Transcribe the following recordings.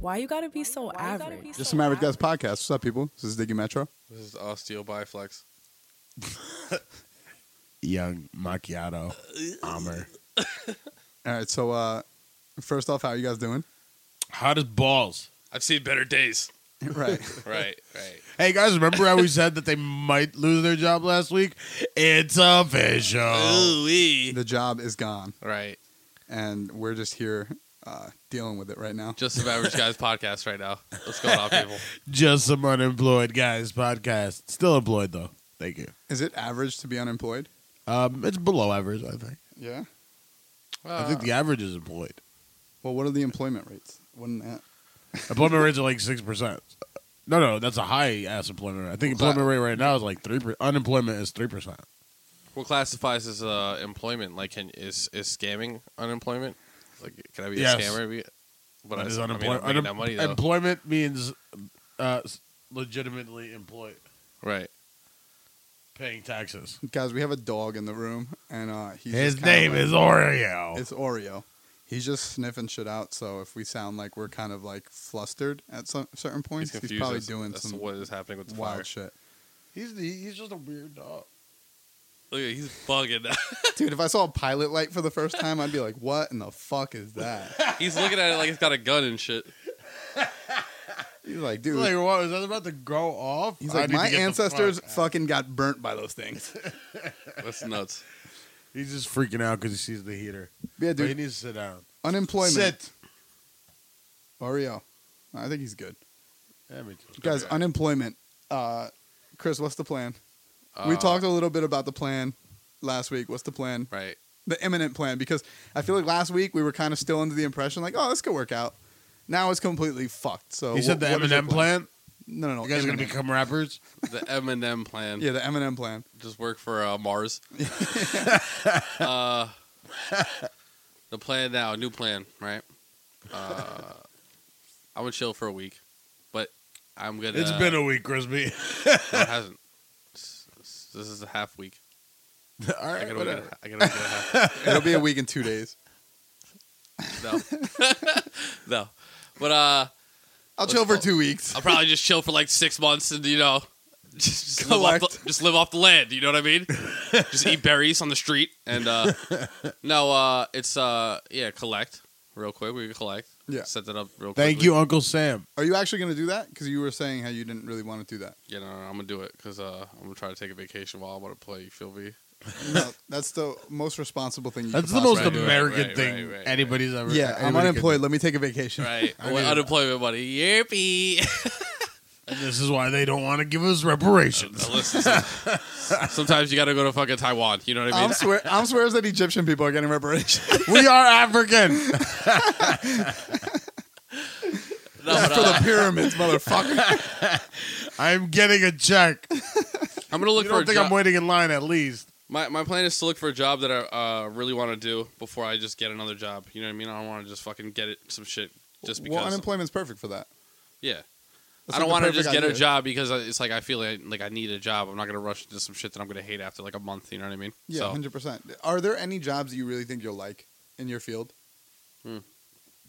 Why you gotta be so average? Just some average guys podcast. What's up, people? This is Diggy Metro. This is Osteo Biflex. Young Macchiato Armor. All right, so uh, first off, how you guys doing? Hot as balls. I've seen better days. Right. Right, right. Hey guys, remember how we said that they might lose their job last week? It's Um, official. Ooh-wee. the job is gone, Right. and we're just here uh, dealing with it right now. Just some average guys podcast right now. What's going on, people? Just some unemployed guys podcast. Still employed though. Thank you. Is it average to be unemployed? Um, it's below average, I think. Yeah. Uh, I think the average is employed. Well, what are the employment rates? uh, Wouldn't that? Employment rates are like six percent. No, no, that's a high ass employment rate. I think employment rate right now is like three. per Unemployment is three percent. What classifies as uh, employment? Like, can, is is scamming unemployment? Like, can I be Yes. a scammer? Be- But That is I, mean, unemployment. I'm making that money though. employment means uh, s- legitimately employed, right. paying taxes. Guys, we have a dog in the room, and uh, he's His just kinda name like- is Oreo. It's Oreo. He's just sniffing shit out. So if we sound like we're kind of like flustered at some certain He's points, he's, confused. probably That's- doing that's some what is happening with the wild fire. shit. he's he's just a weird dog. Look, at- he's bugging. Dude, if I saw a pilot light for the first time, I'd be like, "What in the fuck is that?" he's looking at it like it's got a gun and shit. He's like, He's "Dude." like, what is that about to go off? He's I like, need to my get the ancestors fuck out." fucking got burnt by those things. That's nuts. He's just freaking out because he sees the heater. yeah, But he dude. needs to sit down. Unemployment. Sit. Oreo. I think he's good. Yeah, me too. Guys, Okay. unemployment. Uh, Chris, what's the plan? Uh, we Uh, talked a little bit about the plan last week. What's the plan? Right. The imminent plan, because I feel like last week we were kind of still under the impression, like, oh, this could work out. Now it's completely fucked. So He wh- said the what is your Eminem plan. No, no, no. You guys are gonna imminent. become rappers. The Eminem plan. yeah, the Eminem plan. Just work for uh, Mars. uh, the plan now, new plan, right? Uh, I'm gonna chill for a week, but I'm gonna. It's been a week, Crispy. No, it hasn't. It's- it's- This is a half week. All I right, gotta wait. whatever. a- I gotta wait a half. It'll be a week and two days. No, no. But uh, I'll Let's chill for go. two weeks. I'll probably just chill for like six months and you know, just, just live off Collect. the, just live off the land. You know what I mean? just eat berries on the street and uh, no, uh, it's uh, yeah, collect real quick. We can collect. Yeah. set that up real. Thank quickly. you, Uncle Sam. Are you actually going to do that? Because you were saying how you didn't really want to do that. Yeah, no, no, I'm gonna do it because uh, I'm gonna try to take a vacation while I'm gonna play. You feel me? No, that's the most responsible thing. You That's could the most possibly do. Right, American right, right, thing right, right. anybody's ever. Yeah, I'm anybody could unemployed. Let me take a vacation. Right. With unemployment money. Yippee. do. This is why they don't want to give us reparations. Listen, some- sometimes you gotta go to fucking Taiwan. You know what I I'm mean? swear. I'm swears that Egyptian people are getting reparations we are African. No, but, for uh, the pyramids, motherfucker. I'm getting a check. I'm gonna look You for a don't think job. I'm waiting in line at least? my my plan is to look for a job that I uh, really want to do before I just get another job. You know what I mean? I don't want to just fucking get it some shit just because. well, unemployment's perfect for that. yeah. That's I don't like want the to just perfect get a idea. job because I- it's like I feel like, like I need a job. I'm not gonna rush into some shit that I'm gonna hate after like a month. You know what I mean? Yeah, So, hundred percent. Are there any jobs that you really think you'll like in your field?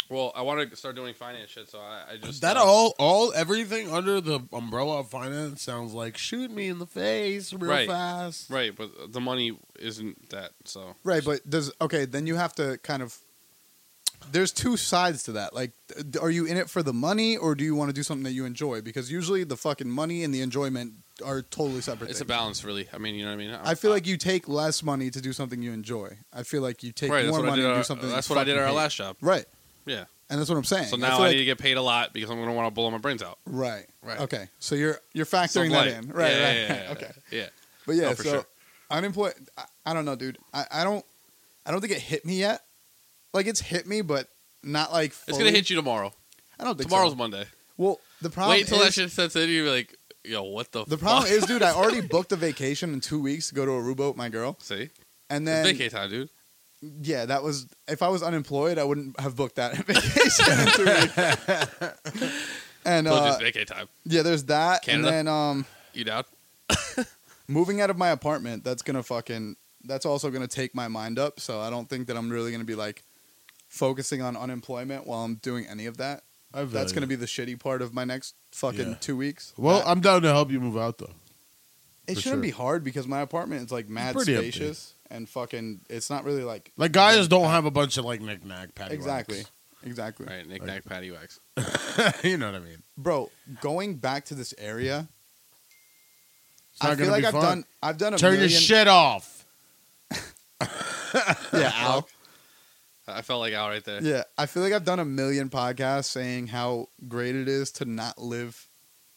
well, I want to start doing finance shit, so I, I just That uh, all, all, everything under the umbrella of finance sounds like shoot me in the face real Right. fast. Right, but the money isn't that. So Right, but does okay? Then you have to kind of. There's two sides to that. Like, d- are you in it for the money, or do you want to do something that you enjoy? Because usually the fucking money and the enjoyment are totally separate. it's uh, a things. balance, really. I mean, you know what I mean. I feel like you take less money to do something you enjoy. I feel like you take right. That's more what I money did. to Our, do something. that that's you what I did at fucking our hate. last job. Right, Yeah. and that's what I'm saying. So I now feel I like- need to get paid a lot because I'm gonna want to blow my brains out. right, Right. Okay, so you're you're So I'm factoring that light. in. Right, Yeah, right. yeah, yeah, yeah. okay, Yeah. but yeah, No, Oh, for so sure. unemployed. I, I don't know, dude. I, I don't I don't think it hit me yet. Like it's hit me, but not like It's gonna hit you tomorrow. I don't think Tomorrow's so. Monday. Well, the problem Wait until is, that shit sets in. You're like, yo, what the? the problem fuck? is, dude. I already booked a vacation in two weeks to go to Aruba with my girl, see, and it's then vacay time, dude. Yeah, that was. If I was unemployed, I wouldn't have booked that vacation. in two weeks. and No, uh, just vacay time. yeah, there's that, Canada? and then um, You down? moving out of my apartment. That's gonna fucking. That's also gonna take my mind up. So I don't think that I'm really gonna be like focusing on unemployment while I'm doing any of that. I feel That's you. gonna be the shitty part of my next fucking Yeah. two weeks. Well, I- I'm down to help you move out though. it for shouldn't sure. be hard because my apartment is like mad pretty empty. spacious and fucking. It's not really like Like guys don't have a bunch of like knickknack patty. exactly, exactly. All right, knick knack patty wax. whacks. you know what I mean? Bro, going back to this area, It's not I feel gonna like be I've fun. done. I've done a Turn million. your shit off. yeah, Al. I felt like out right there. Yeah, I feel like I've done a million podcasts saying how great it is to not live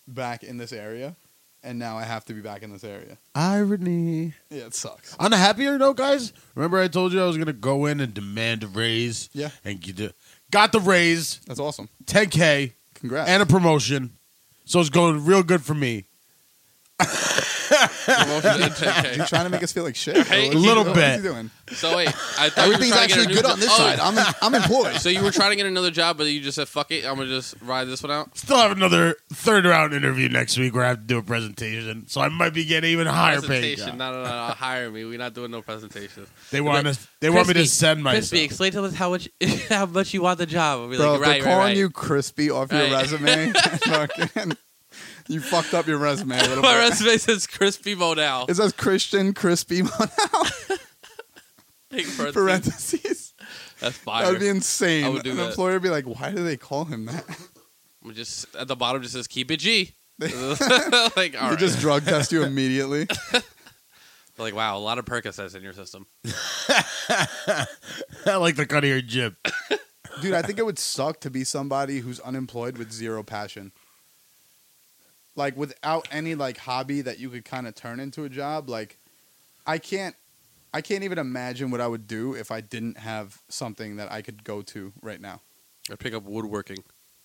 back in this area, and now I have to be back in this area. Irony. Yeah, it sucks. On a happier note, guys. Remember I told you I was gonna go in and demand a raise. Yeah. and get the, got the raise, That's awesome. 10k, Congrats. and a promotion. So it's going real good for me. Promotion and 10K. You're trying to make us feel like shit. bro. Hey, What you- little what you bit. doing? So wait, I thought you Everything's were trying to get a actually new good jo- on this Oh, side. I'm I'm employed. So you were trying to get another job, but you just said fuck it. I'm gonna just ride this one out. Still have another third round interview next week where I have to do a presentation. So I might be getting even higher paid. presentation. job. No, no, no, no. Hire me. We're not doing no presentation. They want us. They want me to send my. explain to us how much how much you want the job. I'll be Bro, like, they're right, right, calling right. you crispy off your Right. resume. Fucking- you fucked up your resume a little My bit. resume says crispy modal. It says Christian crispy Take parentheses. parentheses. That's That fire. would be insane. I would do An that. employer would be like, "Why do they call him that?" I'm just at the bottom. Just says keep it G. like all They right. just drug test you immediately. like wow, a lot of Percocets in your system. I like the cut of your jib. Dude, I think it would suck to be somebody who's unemployed with zero passion. Like without any like hobby that you could kind of turn into a job, like I can't I can't even imagine what I would do if I didn't have something that I could go to right now. I pick up woodworking,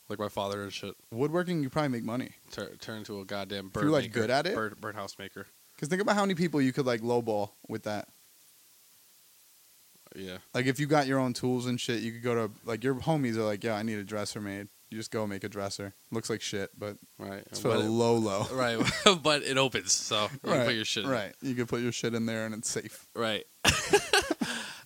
like my father and shit. Woodworking, you probably make money. Tur- turn into a goddamn bird. you're, like, maker, good at it? bird, bird house maker. Cuz think about how many people you could like lowball with that. Yeah. Like if you got your own tools and shit, you could go to like your homies are like, "Yeah, I need a dresser made." You just go make a dresser. Looks like shit, but Right. it's for But the it- low low. right. but it opens, so you can put your shit. in. Right. You could put your shit in there and it's safe. Right. I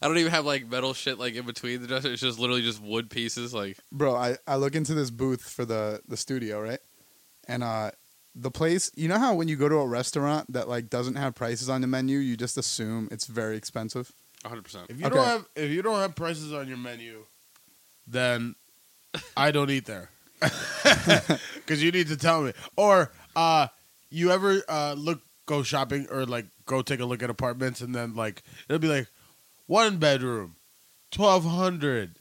don't even have like metal shit like in between the dresser. It's just literally just wood pieces. Like Bro, I, I look into this booth for the, the studio, right? And uh the place you know how when you go to a restaurant that like doesn't have prices on the menu, you just assume it's very expensive. 100. percent If you Okay. don't have, if you don't have prices on your menu, then I don't eat there. Because you need to tell me. Or uh, you ever uh, look go shopping or like go take a look at apartments and then like it'll be like one bedroom, twelve hundred,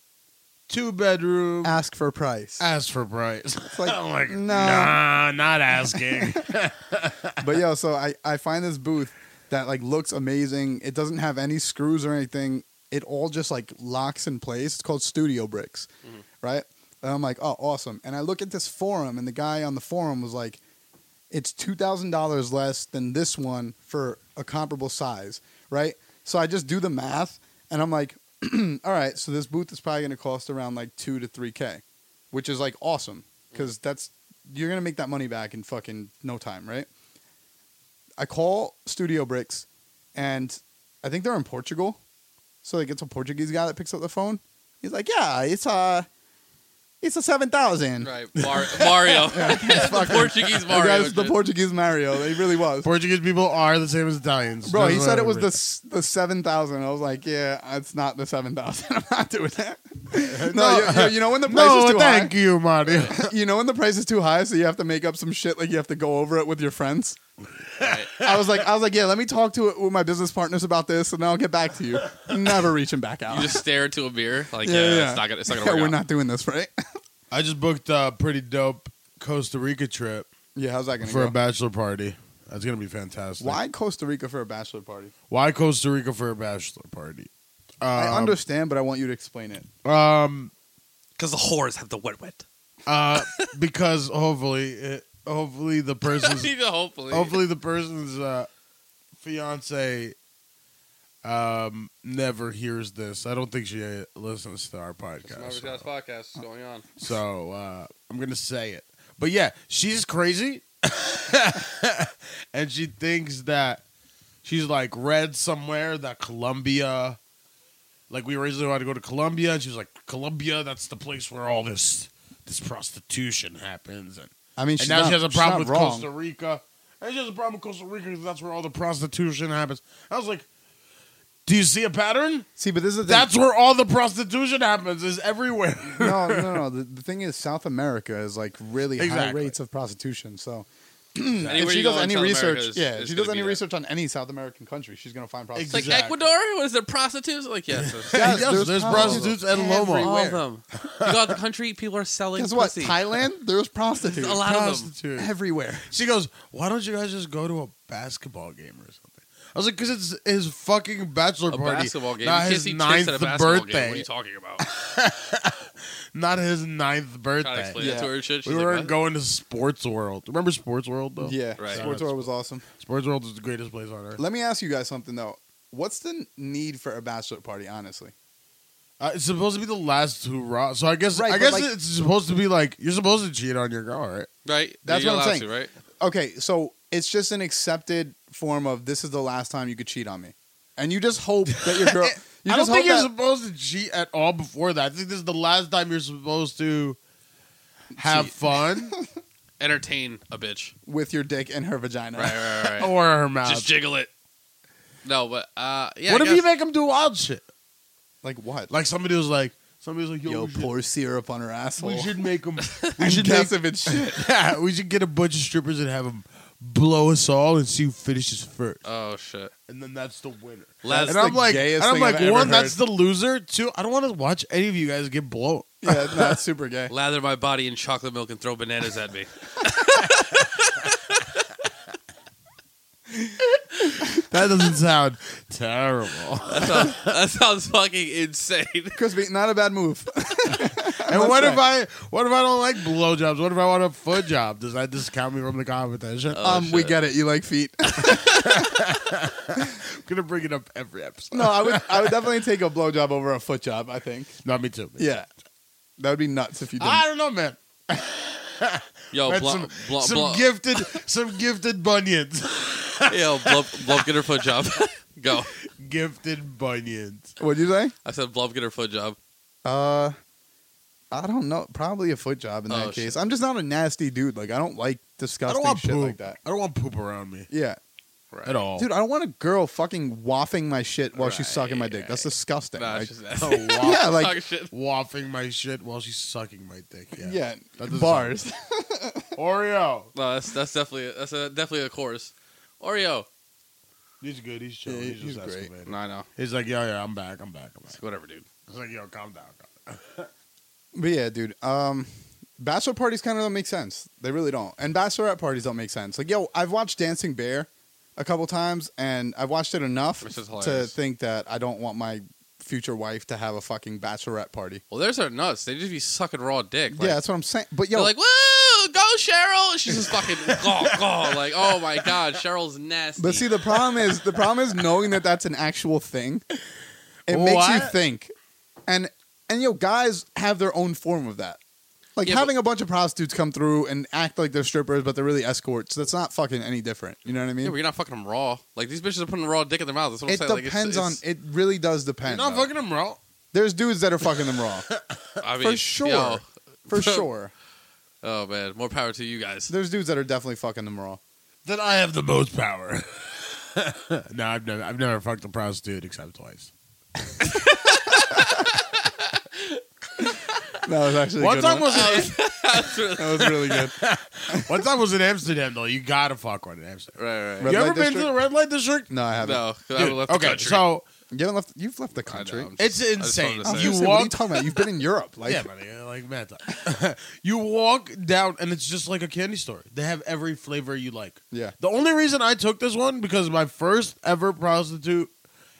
two bedroom. Ask for price. Ask for price. It's like, I'm like, no. nah, not asking. But yo, so I, I find this booth that like looks amazing. It doesn't have any screws or anything. It all just like locks in place. It's called Studio Bricks, Mm-hmm. right? And I'm like, oh, awesome. And I look at this forum, and the guy on the forum was like, it's two thousand dollars less than this one for a comparable size, right? So I just do the math, and I'm like, all right, so this booth is probably going to cost around like two to three k, which is like awesome because that's you're going to make that money back in fucking no time, right? I call Studio Bricks, and I think they're in Portugal. So like, it's a Portuguese guy that picks up the phone. He's like, "Yeah, it's a, it's a seven thousand. Right. Mar- Mario. the Portuguese The, Mario. guy's the shit. Portuguese Mario. He really was. Portuguese people are the same as Italians. Bro, he That's said what I it was remember. the s- the seven thousand. I was like, yeah, it's not the seven thousand. I'm not doing that. Uh, no, you- you, you know when the price is No, too thank high. you, Mario. You know when the price is too high, so you have to make up some shit. Like you have to go over it with your friends. Right. I was like, I was like, yeah, let me talk to it with my business partners about this, and then I'll get back to you. Never reaching back out. You just stare into a mirror. Like yeah, Yeah, yeah. it's not gonna. It's not Yeah, gonna work we're out. not doing this, right? I just booked a pretty dope Costa Rica trip yeah, how's that gonna for go? a bachelor party. That's gonna be fantastic. Why Costa Rica for a bachelor party? Why Costa Rica for a bachelor party? Um, I understand, but I want you to explain it. Um, Because the whores have the wet wet. uh, because hopefully, it, hopefully the person's Hopefully. hopefully the person's uh, fiance um never hears this. I don't think she uh, listens to our Smartest podcast. Guys podcast is going on. So uh, I'm gonna say it. But yeah, she's crazy, and she thinks that she's like read somewhere that Colombia, like we originally wanted to go to Colombia, and she was like, Colombia, that's the place where all this this prostitution happens, and, I mean, and she's now not, she has a she's problem not with wrong. Costa Rica. And she has a problem with Costa Rica because that's where all the prostitution happens. I was like, do you see a pattern? See, but this is the thing. That's where all the prostitution happens. Is everywhere. no, no, no. The, the thing is, South America is like really high Exactly. rates of prostitution. So Anywhere if she you does go in any South America research, is- yeah, is if she does gonna be any that. research on any South American country, she's gonna find prostitution. It's like Exactly. Ecuador? What is there, prostitutes? Like, yes. there's- Yes, Yes, there's prostitutes and Lomo. all everywhere. of them. You go out the country, people are selling Guess what? pussy. Thailand, there's prostitutes a lot of them. Prostitute. everywhere. She goes, "Why don't you guys just go to a basketball game or something?" I was like, "Cause it's his fucking bachelor A party, basketball game. not you can't his see ninth chicks at a basketball birthday, game. What are you talking about? not his Trying ninth to birthday." explain Yeah. that to her and shit. She's We weren't like, what? going to Sports World. Remember Sports World though? Yeah, Right. Sports World was awesome. Sports World is the greatest place on earth. Let me ask you guys something though. What's the need for a bachelor party? Honestly, Uh, it's supposed to be the last hurrah, so I guess Right, I but guess like- it's supposed to be like you're supposed to cheat on your girl, right? Right? That's You're what I'm allowed saying. To, right? okay, so it's just an accepted form of this is the last time you could cheat on me, and you just hope that your girl. You I don't just hope think you're that- supposed to cheat at all before that. I think this is the last time you're supposed to have Cheat. fun Entertain a bitch. with your dick in her vagina. Right, right, right. right. or her mouth. Just jiggle it. No, but, uh, yeah. what I if you guess- make him do wild shit? Like what? Like somebody was like, somebody was like, yo, Yo, we, should, pour syrup on her asshole. we should make him. We should make, dance if it's shit. yeah, we should get a bunch of strippers and have them blow us all and see who finishes first, Oh, shit. and then that's the winner. Last, and the I'm like, gayest and I'm thing like, I've ever one, heard. that's the loser. Two, I don't want to watch any of you guys get blown. Yeah, no, that's super gay. lather my body in chocolate milk and throw bananas at me. That doesn't sound terrible. That sounds, that sounds fucking insane. Crispy, not a bad move. And what if I, what if I don't like blowjobs? What if I want a foot job? Does that discount me from the competition? Oh, um, we shit. get it. You like feet. I'm gonna bring it up every episode. no, I would. I would definitely take a blowjob over a foot job. I think. Ah! Not me too. me Yeah, that would be nuts if you too. didn't. I don't know, man. Yo, Man, blo- some, blo- some blo- gifted, some gifted bunions, Yo, Blub, Blub, get her foot job. Go. gifted bunions. What'd you say? I said Blub, get her foot job. Uh, I don't know. Probably a foot job in that Oh, case. shit. I'm just not a nasty dude. Like I don't like I don't disgusting want shit poop. like that. I don't want poop around me Yeah, Right. at all. dude, I don't want a girl fucking waffing my shit while she's sucking my dick. That's Oh. Right. disgusting. Nah, Like, it's just that. Oh, wa- yeah, like Talk shit. waffing my shit while she's sucking my dick. Yeah, yeah, That doesn't bars. Oreo. No, that's that's definitely that's a, definitely a chorus. Oreo. He's good. He's chill. Yeah, he's, he's just great. escalating. No, I know. He's like, yeah, yeah, I'm back. I'm back. I'm back. It's whatever, dude. It's like, yo, calm down. Calm But yeah, dude. Um, bachelor parties kind of don't make sense. They really don't. And bachelorette parties don't make sense. Like, yo, I've watched Dancing Bear a couple times, and I've watched it enough Which is to hilarious. think that I don't want my future wife to have a fucking bachelorette party. Well, there's our nuts. They just be sucking raw dick. Like, yeah, that's what I'm saying. But They're yo, like, woo, go Cheryl. And She's just fucking go go. Like, oh my god, Cheryl's nasty. But see, the problem is the problem is knowing that that's an actual thing. It makes you What? think, and and yo, guys have their own form of that. Like Yeah, having a bunch of prostitutes come through and act like they're strippers, but they're really escorts. That's not fucking any different. You know what I yeah, mean? but you're not fucking them raw. Like these bitches are putting raw dick in their mouth. That's what I'm it saying. Like, it's- depends it's- on. It really does down. depend. You're not though. fucking him, bro. There's dudes that are fucking them raw I mean, for sure. yo. For sure, Oh man, more power to you guys. there's dudes that are definitely fucking them raw. Then I have the most power. no, I've never, I've never fucked a prostitute except twice. That was actually a One good time one. was in, That's really- that was really good. one time was in Amsterdam though. You gotta fuck one in Amsterdam. right, right. Red you ever light been district? to the red light district? No, I haven't. No, 'cause I Dude, left the okay, country. so You haven't left. You've left the I know, country. I'm It's I just wanted to insane. say You it. Seriously, what are you walked- talking about? You've been in Europe, like yeah, buddy, like mad time. you walk down and it's just like a candy store. They have every flavor you like. Yeah. The only reason I took this one because my first ever prostitute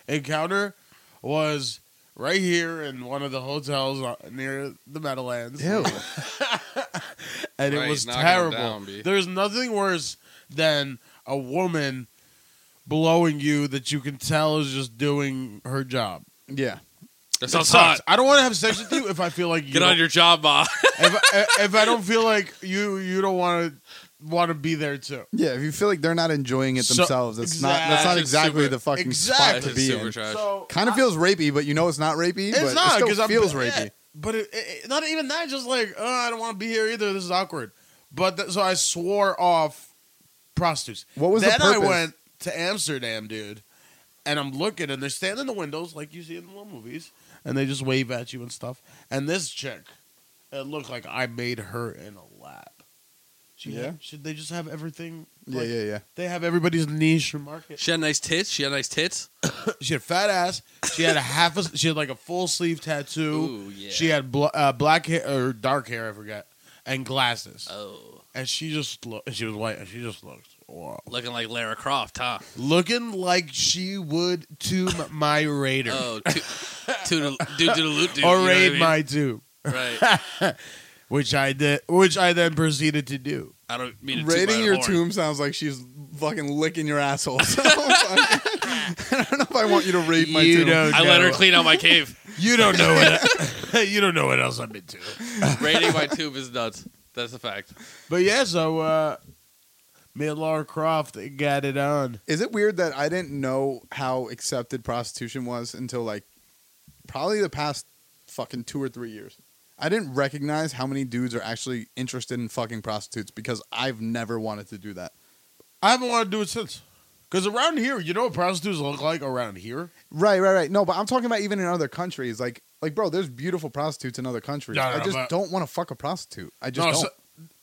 encounter was right here in one of the hotels uh, near the Meadowlands. Ew. and Right, it was knock 'em terrible. down, B. There's nothing worse than a woman blowing you that you can tell is just doing her job. yeah. That It sounds sucks. hot. I don't want to have sex with you if I feel like you Get on don't- your job, ma. if, I- if I don't feel like you you don't want to want to be there too. Yeah, if you feel like they're not enjoying it So- themselves, it's not that's Exactly. not exactly Super- the fucking Exactly. spot That's to be super in. trash. So Kind of feels rapey, but you know it's not rapey. It's but not, it 'cause still I'm- feels yeah. rapey. but it, it, not even that. Just like oh, I don't want to be here either. This is awkward. But th- so I swore off prostitutes. What was the then I purpose? went to Amsterdam, dude, and I'm looking, and they're standing in the windows like you see in the little movies, and they just wave at you and stuff. And this chick, it looked like I made her in a lap. She Yeah? should they just have everything? Yeah, like, yeah, yeah. They have everybody's niche market. She had nice tits. She had nice tits. She had fat ass. She had a half. A, she had like a full sleeve tattoo. Ooh, yeah. She had bl- uh, black hair or dark hair. I forgot. And glasses. Oh, and she just lo- and she was white. And she just looked wow, looking like Lara Croft, huh? looking like she would tomb my raider Oh, to, to the dude, to the loot, dude. or you know raid what I my tomb, mean? Right. which I did. Which I then proceeded to do. I don't mean to toot my Raiding own your horn. tomb sounds like she's fucking licking your asshole. So I don't know if I want you to raid my You tomb. don't- I let her No. clean out my cave. You don't know what you don't know what else I'm into. Raiding my tomb is nuts. That's a fact. But yeah, so uh, me and Laura Croft got it on. Is it weird that I didn't know how accepted prostitution was until like probably the past fucking two or three years? I didn't recognize how many dudes are actually interested in fucking prostitutes because I've never wanted to do that. I haven't wanted to do it since. Because around here, you know what prostitutes look like around here? Right, right, right. No, but I'm talking about even in other countries. Like, like, bro, there's beautiful prostitutes in other countries. No, no, I no, just but- don't want to fuck a prostitute. I just No, don't. so-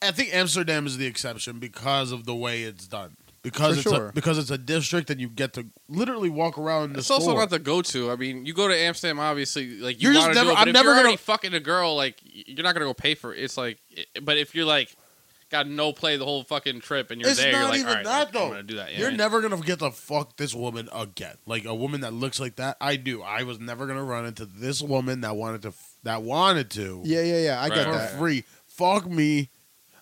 I think Amsterdam is the exception because of the way it's done. Because For it's sure. a, because it's a district and you get to literally walk around the It's also store. not the go-to. I mean, you go to Amsterdam, obviously. Like you You're just want to never- do it, but I'm if never you're gonna- already fucking a girl, like y- you're not gonna go pay for it. It's like, it- but if you're like got no play the whole fucking trip and you're it's there, not you're like, even all right, that I'm though. gonna do that. You're yeah. never gonna get to fuck this woman again. Like a woman that looks like that. I do. I was never gonna run into this woman that wanted to f- that wanted to Yeah, yeah, yeah. I Right. get for that. free. Fuck me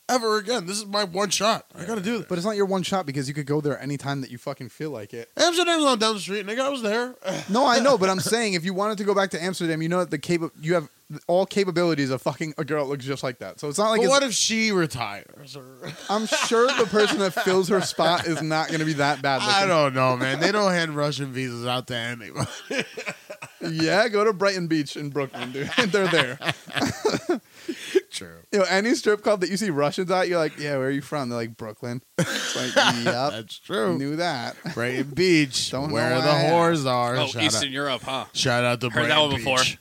ever again. This is my one shot. I gotta do this. But it's not your one shot because you could go there anytime that you fucking feel like it. Amsterdam's not down the street, nigga. I was there. No, I know, but I'm saying if you wanted to go back to Amsterdam, you know that the capa- you have all capabilities of fucking a girl that looks just like that. So it's not like but it's, what if she retires? Or I'm sure the person that fills her spot is not going to be that bad. Looking. I don't know, man. They don't hand Russian visas out to anyone. Yeah, go to Brighton Beach in Brooklyn, dude. They're there. True. You know, any strip club that you see Russians at, you're like, yeah, where are you from? They're like Brooklyn. It's like, yep, That's true. knew that. Brighton Beach, Don't where know the why. whores are. Oh, shout, Eastern out, Europe, huh? shout out to Heard Brighton that one before. Beach.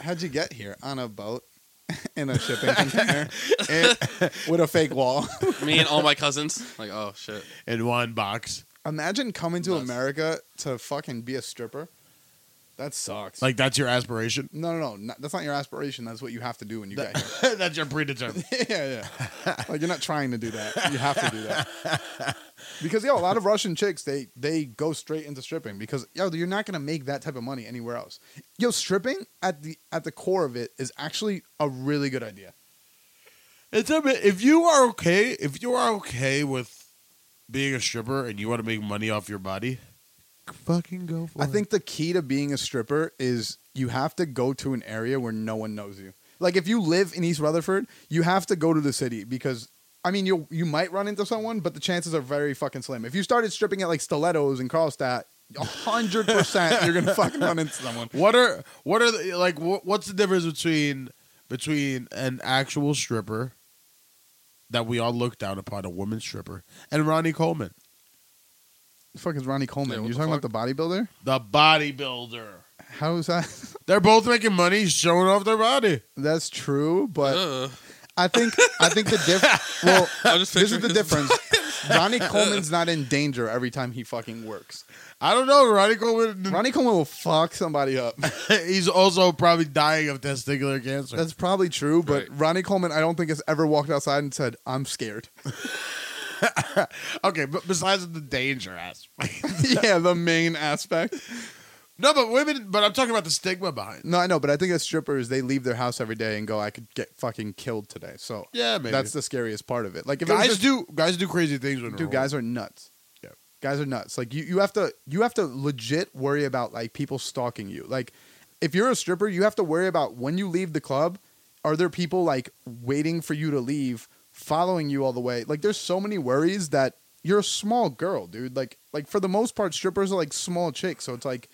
How'd you get here on a boat? In a shipping container Eh, with a fake wall. Me and all my cousins. Like, oh shit. in one box. Imagine coming to Nuts. America to fucking be a stripper. That sucks. Like that's your aspiration. no, no, no, not, that's not your aspiration. That's what you have to do when you get here. that's your predetermined. yeah, yeah. Like you're not trying to do that. You have to do that. Because yo, a lot of Russian chicks they they go straight into stripping because yo, you're not gonna make that type of money anywhere else. Yo, stripping at the at the core of it is actually a really good idea. It's a bit, if you are okay, if you are okay with being a stripper and you want to make money off your body, fucking go for I it. think the key to being a stripper is you have to go to an area where no one knows you. Like if you live in East Rutherford, you have to go to the city because I mean you you might run into someone, but the chances are very fucking slim. If you started stripping at like stilettos in Carlstadt, hundred percent you're gonna fucking run into someone. What are what are the, like what, what's the difference between between an actual stripper that we all look down upon a woman stripper and Ronnie Coleman, The fuck is Ronnie Coleman? Yeah, what you're the talking about the bodybuilder? the bodybuilder? How is that? They're both making money showing off their body. That's true, but Ugh. I think I think the difference. Well, I'm just this is the picturing- difference. Ronnie Coleman's not in danger every time he fucking works. I don't know. Ronnie Coleman, Ronnie Coleman will fuck somebody up. he's also probably dying of testicular cancer. That's probably true, but Right. Ronnie Coleman, I don't think has ever walked outside and said, "I'm scared." okay, but besides the danger aspect, yeah, the main aspect. no, but women. But I'm talking about the stigma behind. it. No, I know, but I think as strippers, they leave their house every day and go, "I could get fucking killed today." So Yeah, maybe. that's the scariest part of it. Like if I guys just, do guys do crazy things when dude, guys are nuts. Yeah. guys are nuts. Like you, you have to, you have to legit worry about like people stalking you. Like if you're a stripper, you have to worry about when you leave the club, are there people like waiting for you to leave, following you all the way? Like there's so many worries that you're a small girl, dude. Like like for the most part, strippers are like small chicks, so it's like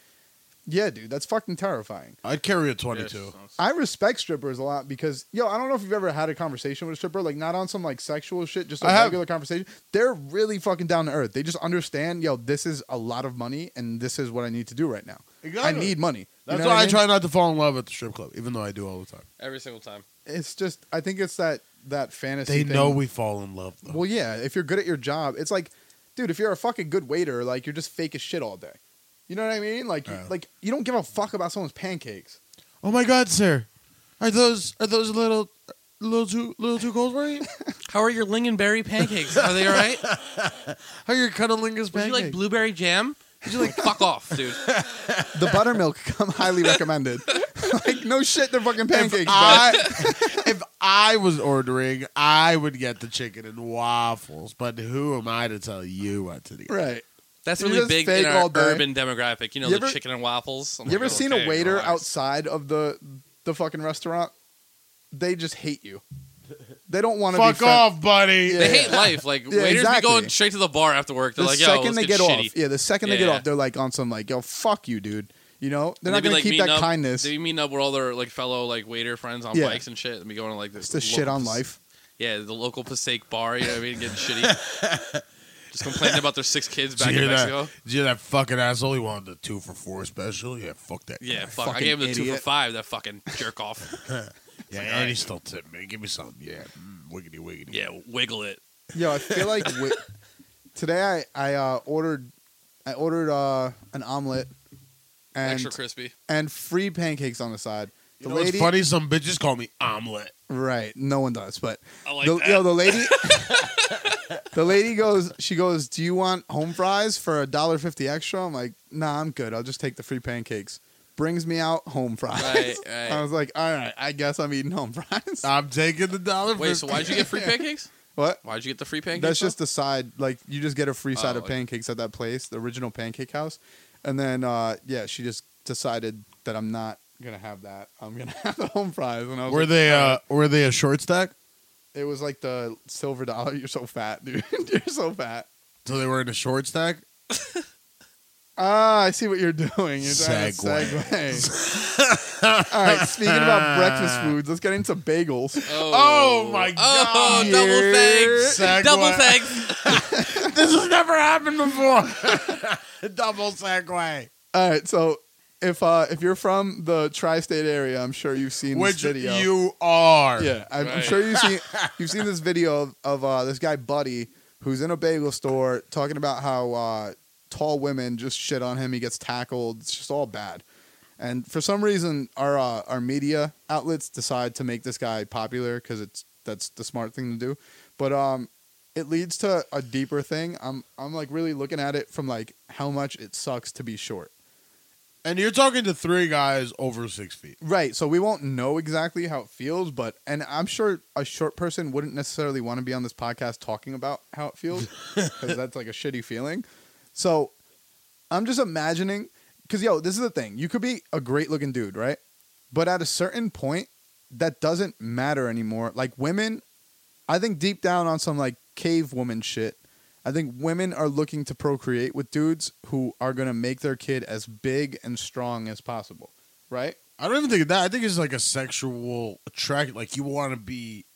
Yeah, dude, that's fucking terrifying. I'd carry a 22. I respect strippers a lot because yo, I don't know if you've ever had a conversation with a stripper, like not on some like sexual shit, just a I have. regular conversation. They're really fucking down to earth. They just understand, yo, this is a lot of money and this is what I need to do right now. I Exactly. need money. You That's know why what I, mean? try not to fall in love at the strip club, even though I do all the time. Every single time. It's just I think it's that that fantasy. They thing. know we fall in love. Though. Well, yeah, if you're good at your job, it's like, dude, if you're a fucking good waiter, like you're just fake as shit all day. You know what I mean? Like, you, Yeah. like you don't give a fuck about someone's pancakes. oh my God, sir, are those are those a little little too little too cold for you? How are your lingonberry pancakes? Are they all right? Are your cunnilingus Would you like pancakes? blueberry jam? Would you like fuck off, dude? The buttermilk come highly recommended. like, no shit, they're fucking pancakes. if bro. I, if I was ordering, I would get the chicken and waffles. But who am I to tell you what to do? Right. That's You really just big fake in all our day. urban demographic. You know, You the ever- chicken and waffles. I'm You like, ever seen a okay, waiter relax. outside of the the fucking restaurant? They just hate you. They don't want to be Fuck fed- off, buddy. Yeah. They hate life. Like Yeah, waiters exactly. be going straight to the bar after work. The They're like, yo, second let's they get, get, shitty. off, yeah, the second they get Yeah. off, they're like on some like, yo, fuck you, dude. You know, they're not And they'd be, gonna like, keep meeting that up- kindness. They It's meet up with all their like fellow like waiter friends on Yeah. bikes and shit, and be going to like this. the shit local- on life. Yeah, the local Passaic bar. You know what I mean? Getting shitty. Just complaining about their six kids Did back you, hear in that? Mexico. Did you hear that fucking asshole? He wanted the two for four special. Yeah, fuck that. Yeah, guy. fuck. I fucking gave him the two for idiot. five. That fucking jerk off. Yeah, and he still tipped me. Give me some. Yeah, mm, wiggity wiggity. Yeah, wiggle it. Yo, I feel like wi- today I I uh, ordered I ordered uh, an omelet and Extra crispy. and free pancakes on the side. You know what's funny? Some bitches call me omelet. right? No one does, but I like the, that. Yo, the lady, the lady goes. She goes, "Do you want home fries for a dollar fifty extra?" I'm like, "Nah, I'm good. I'll just take the free pancakes." Brings me out home fries. Right, right. Uh, I was like, "All right, I guess I'm eating home fries." I'm taking the dollar. Wait, so why'd you get free pancakes? what? Why'd you get the free pancakes? That's though? just the side. Like you just get a free side Oh, of okay. pancakes at that place, the original pancake house. And then uh yeah, she just decided that I'm not gonna have that. I'm gonna have the home fries. And I was Were like, they "All uh right." were they a short stack? It was like the silver dollar. You're so fat, dude. You're so fat. So they were in a short stack. Ah, I see what you're doing. You're trying to Segue. segue. All right, speaking about breakfast foods, let's get into bagels. Oh, Oh, my Oh, God. double thanks. Double Segue. thanks. this has never happened before. Double segue. All right, so if uh if you're from the tri-state area, I'm sure you've seen Which this video. you are. Yeah, I'm, I'm Right. sure you've seen you've seen this video of, of uh, this guy Buddy who's in a bagel store talking about how uh, tall women just shit on him. He gets tackled. It's just all bad. And for some reason, our uh, our media outlets decide to make this guy popular because it's that's the smart thing to do. But um, it leads to a deeper thing. I'm I'm like really looking at it from like how much it sucks to be short. And you're talking to three guys over six feet. Right. So we won't know exactly how it feels, but and I'm sure a short person wouldn't necessarily want to be on this podcast talking about how it feels because that's like a shitty feeling. So I'm just imagining because yo, this is the thing. You could be a great looking dude, right? But at a certain point, that doesn't matter anymore. Like women, I think deep down on some like cave woman shit, I think women are looking to procreate with dudes who are gonna make their kid as big and strong as possible, right? I don't even think of that. I think it's like a sexual attraction. Like you want to be,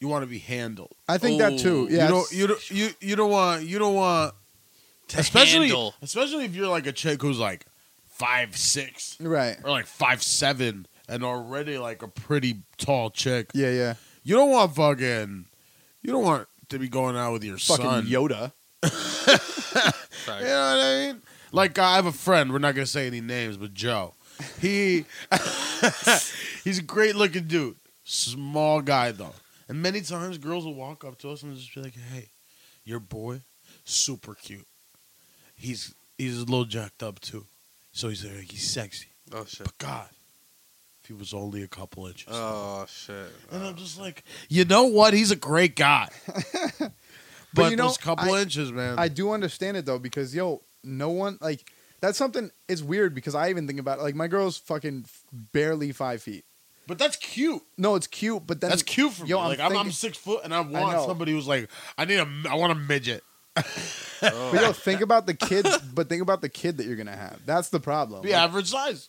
you want to be handled. I think that too. Ooh. Yeah, Oh. you it's- don't. You don't. You you don't want. You don't want. especially handle. especially if you're like a chick who's like five six right. or like five seven and already like a pretty tall chick. Yeah, yeah. You don't want fucking. You don't want to be going out with your Fucking son. Yoda. You know what I mean? Like I have a friend. We're not gonna say any names, but Joe. He he's a great looking dude. Small guy though, and many times girls will walk up to us and just be like, "Hey, your boy, super cute. He's he's a little jacked up too, so he's like he's sexy. Oh shit. But God, if he was only a couple inches." Oh shit. and I'm just like, you know what? He's a great guy. But, you know, those couple I- inches, man. I do understand it though because yo, no one like that's something. It's weird because I even think about it. like my girl's fucking barely five feet. but that's cute. No, it's cute, but then That's cute for yo, me. I'm like I'm, I'm thinking- six foot, and I want know. somebody who's like, I need a, I want a midget. But yo, think about the kid. But think about the kid that you're gonna have. That's the problem. Be Like, average size.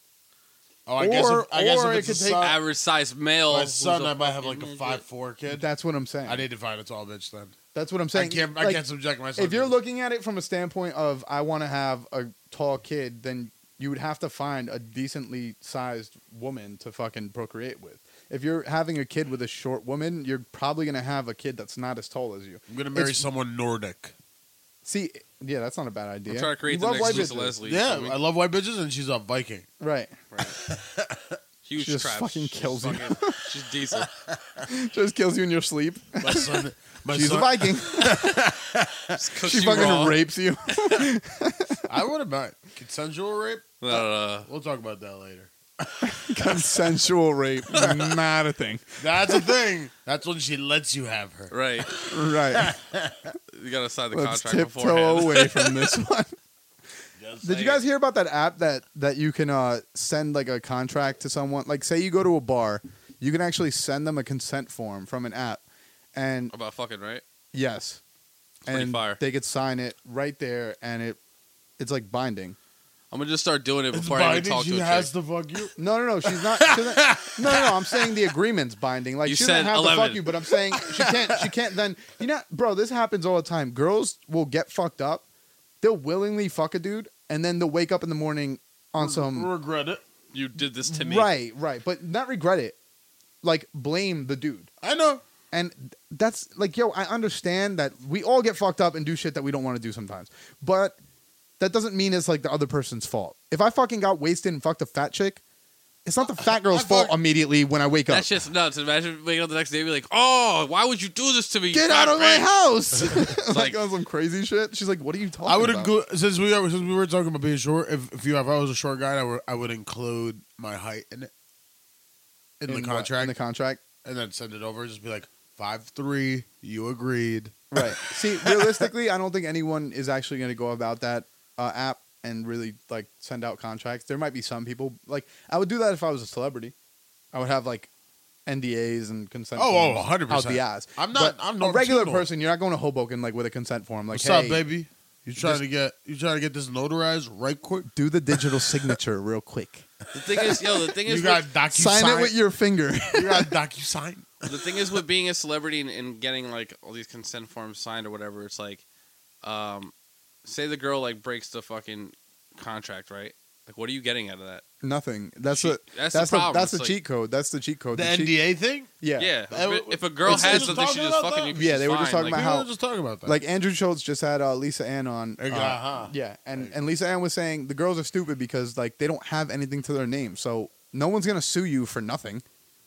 Oh, I guess Or- if, I guess or if it it's a could take- son, Average size male. my who's son, a I might have like fucking a midget. five four kid. that's what I'm saying. I need to find a tall bitch then. that's what I'm I saying. can't. I Like, can't subject myself. If you're to- looking at it from a standpoint of I want to have a tall kid, then you would have to find a decently sized woman to fucking procreate with. If you're having a kid with a short woman, you're probably gonna have a kid that's not as tall as you. I'm gonna marry it's- someone Nordic. See, yeah, that's not a bad idea. I'm trying to create You the love white next Lisa bitches. Leslie. you yeah, feel me? I love white bitches, and she's a Viking. right? huge just traps. fucking She's kills you. fucking- She's decent. Just kills you in your sleep. My son, my She's a son, Viking. Just cooks she you fucking raw. rapes you. I would have consensual rape. No, no, no. We'll talk about that later. Consensual rape, not a thing. That's a thing. That's when she lets you have her. Right. Right. You gotta sign the Let's contract tiptoe beforehand. away from this one. Just Did you saying. guys hear about that app that that you can uh, send like a contract to someone? Like, say you go to a bar, you can actually send them a consent form from an app, and About fucking right. yes, pretty and fire. they could sign it right there, and it it's like binding. I'm gonna just start doing it It's before I even binding. talk She to a has chick. to fuck you. No, no, no. She's not. She doesn't- no, no, no. I'm saying the agreement's binding. Like You she doesn't said have to 11. fuck you, but I'm saying she can't. She can't. Then you know, bro. This happens all the time. Girls will get fucked up. They'll willingly fuck a dude, and then they'll wake up in the morning on some Regret it. You did this to me. Right, right. But not regret it. Like blame the dude. I know. And th- that's like, yo, I understand that we all get fucked up and do shit that we don't want to do sometimes. But that doesn't mean it's like the other person's fault. If I fucking got wasted and fucked a fat chick, it's not the fat girl's I fault fuck- immediely when I wake up. That's just nuts. Imagine waking up the next day and be like, oh, why would you do this to me? you Get out fat of my bitch?" house! like like- on some crazy shit. She's like, "What are you talking?" I would about? include since we are, since we were talking about being short. If if you if I was a short guy, I would I would include my height in it in, In the what? contract, In the contract, and then send it over. Just be like five three. You agreed. Right. See, realistically, I don't think anyone is actually going to go about that uh, app and really like send out contracts. There might be some people like I would do that if I was a celebrity. I would have like NDAs and consent. Oh, oh, forms 100%. Out the ass. I'm not- But I'm a regular nocturnal. person. You're not going to Hoboken like with a consent form. Like, What's hey, up, baby? You trying to get you trying to get this notarized right quick? do the digital signature real quick. The thing is, yo, the thing You is, got with, docu Sign it with your finger. you got docu sign. the thing is with being a celebrity and, and getting like all these consent forms signed or whatever. It's like, um, say the girl like breaks the fucking contract, right? Like, what are you getting out of that? Nothing. That's She- what. that's That's, the the, problem. that's the It's like- cheat code. That's the cheat code. The The cheat- NDA thing. Yeah. Yeah, Uh, if, if a girl it's- has it's something, she talking just about fucking. that. you, Yeah, she's they were just fine. talking Like, about We how- were just talking about that. Like Andrew Schultz just had uh, Lisa Ann on. Like, uh, uh-huh. Yeah, and and Lisa Ann was saying the girls are stupid because like they don't have anything to their name, so no one's gonna sue you for nothing.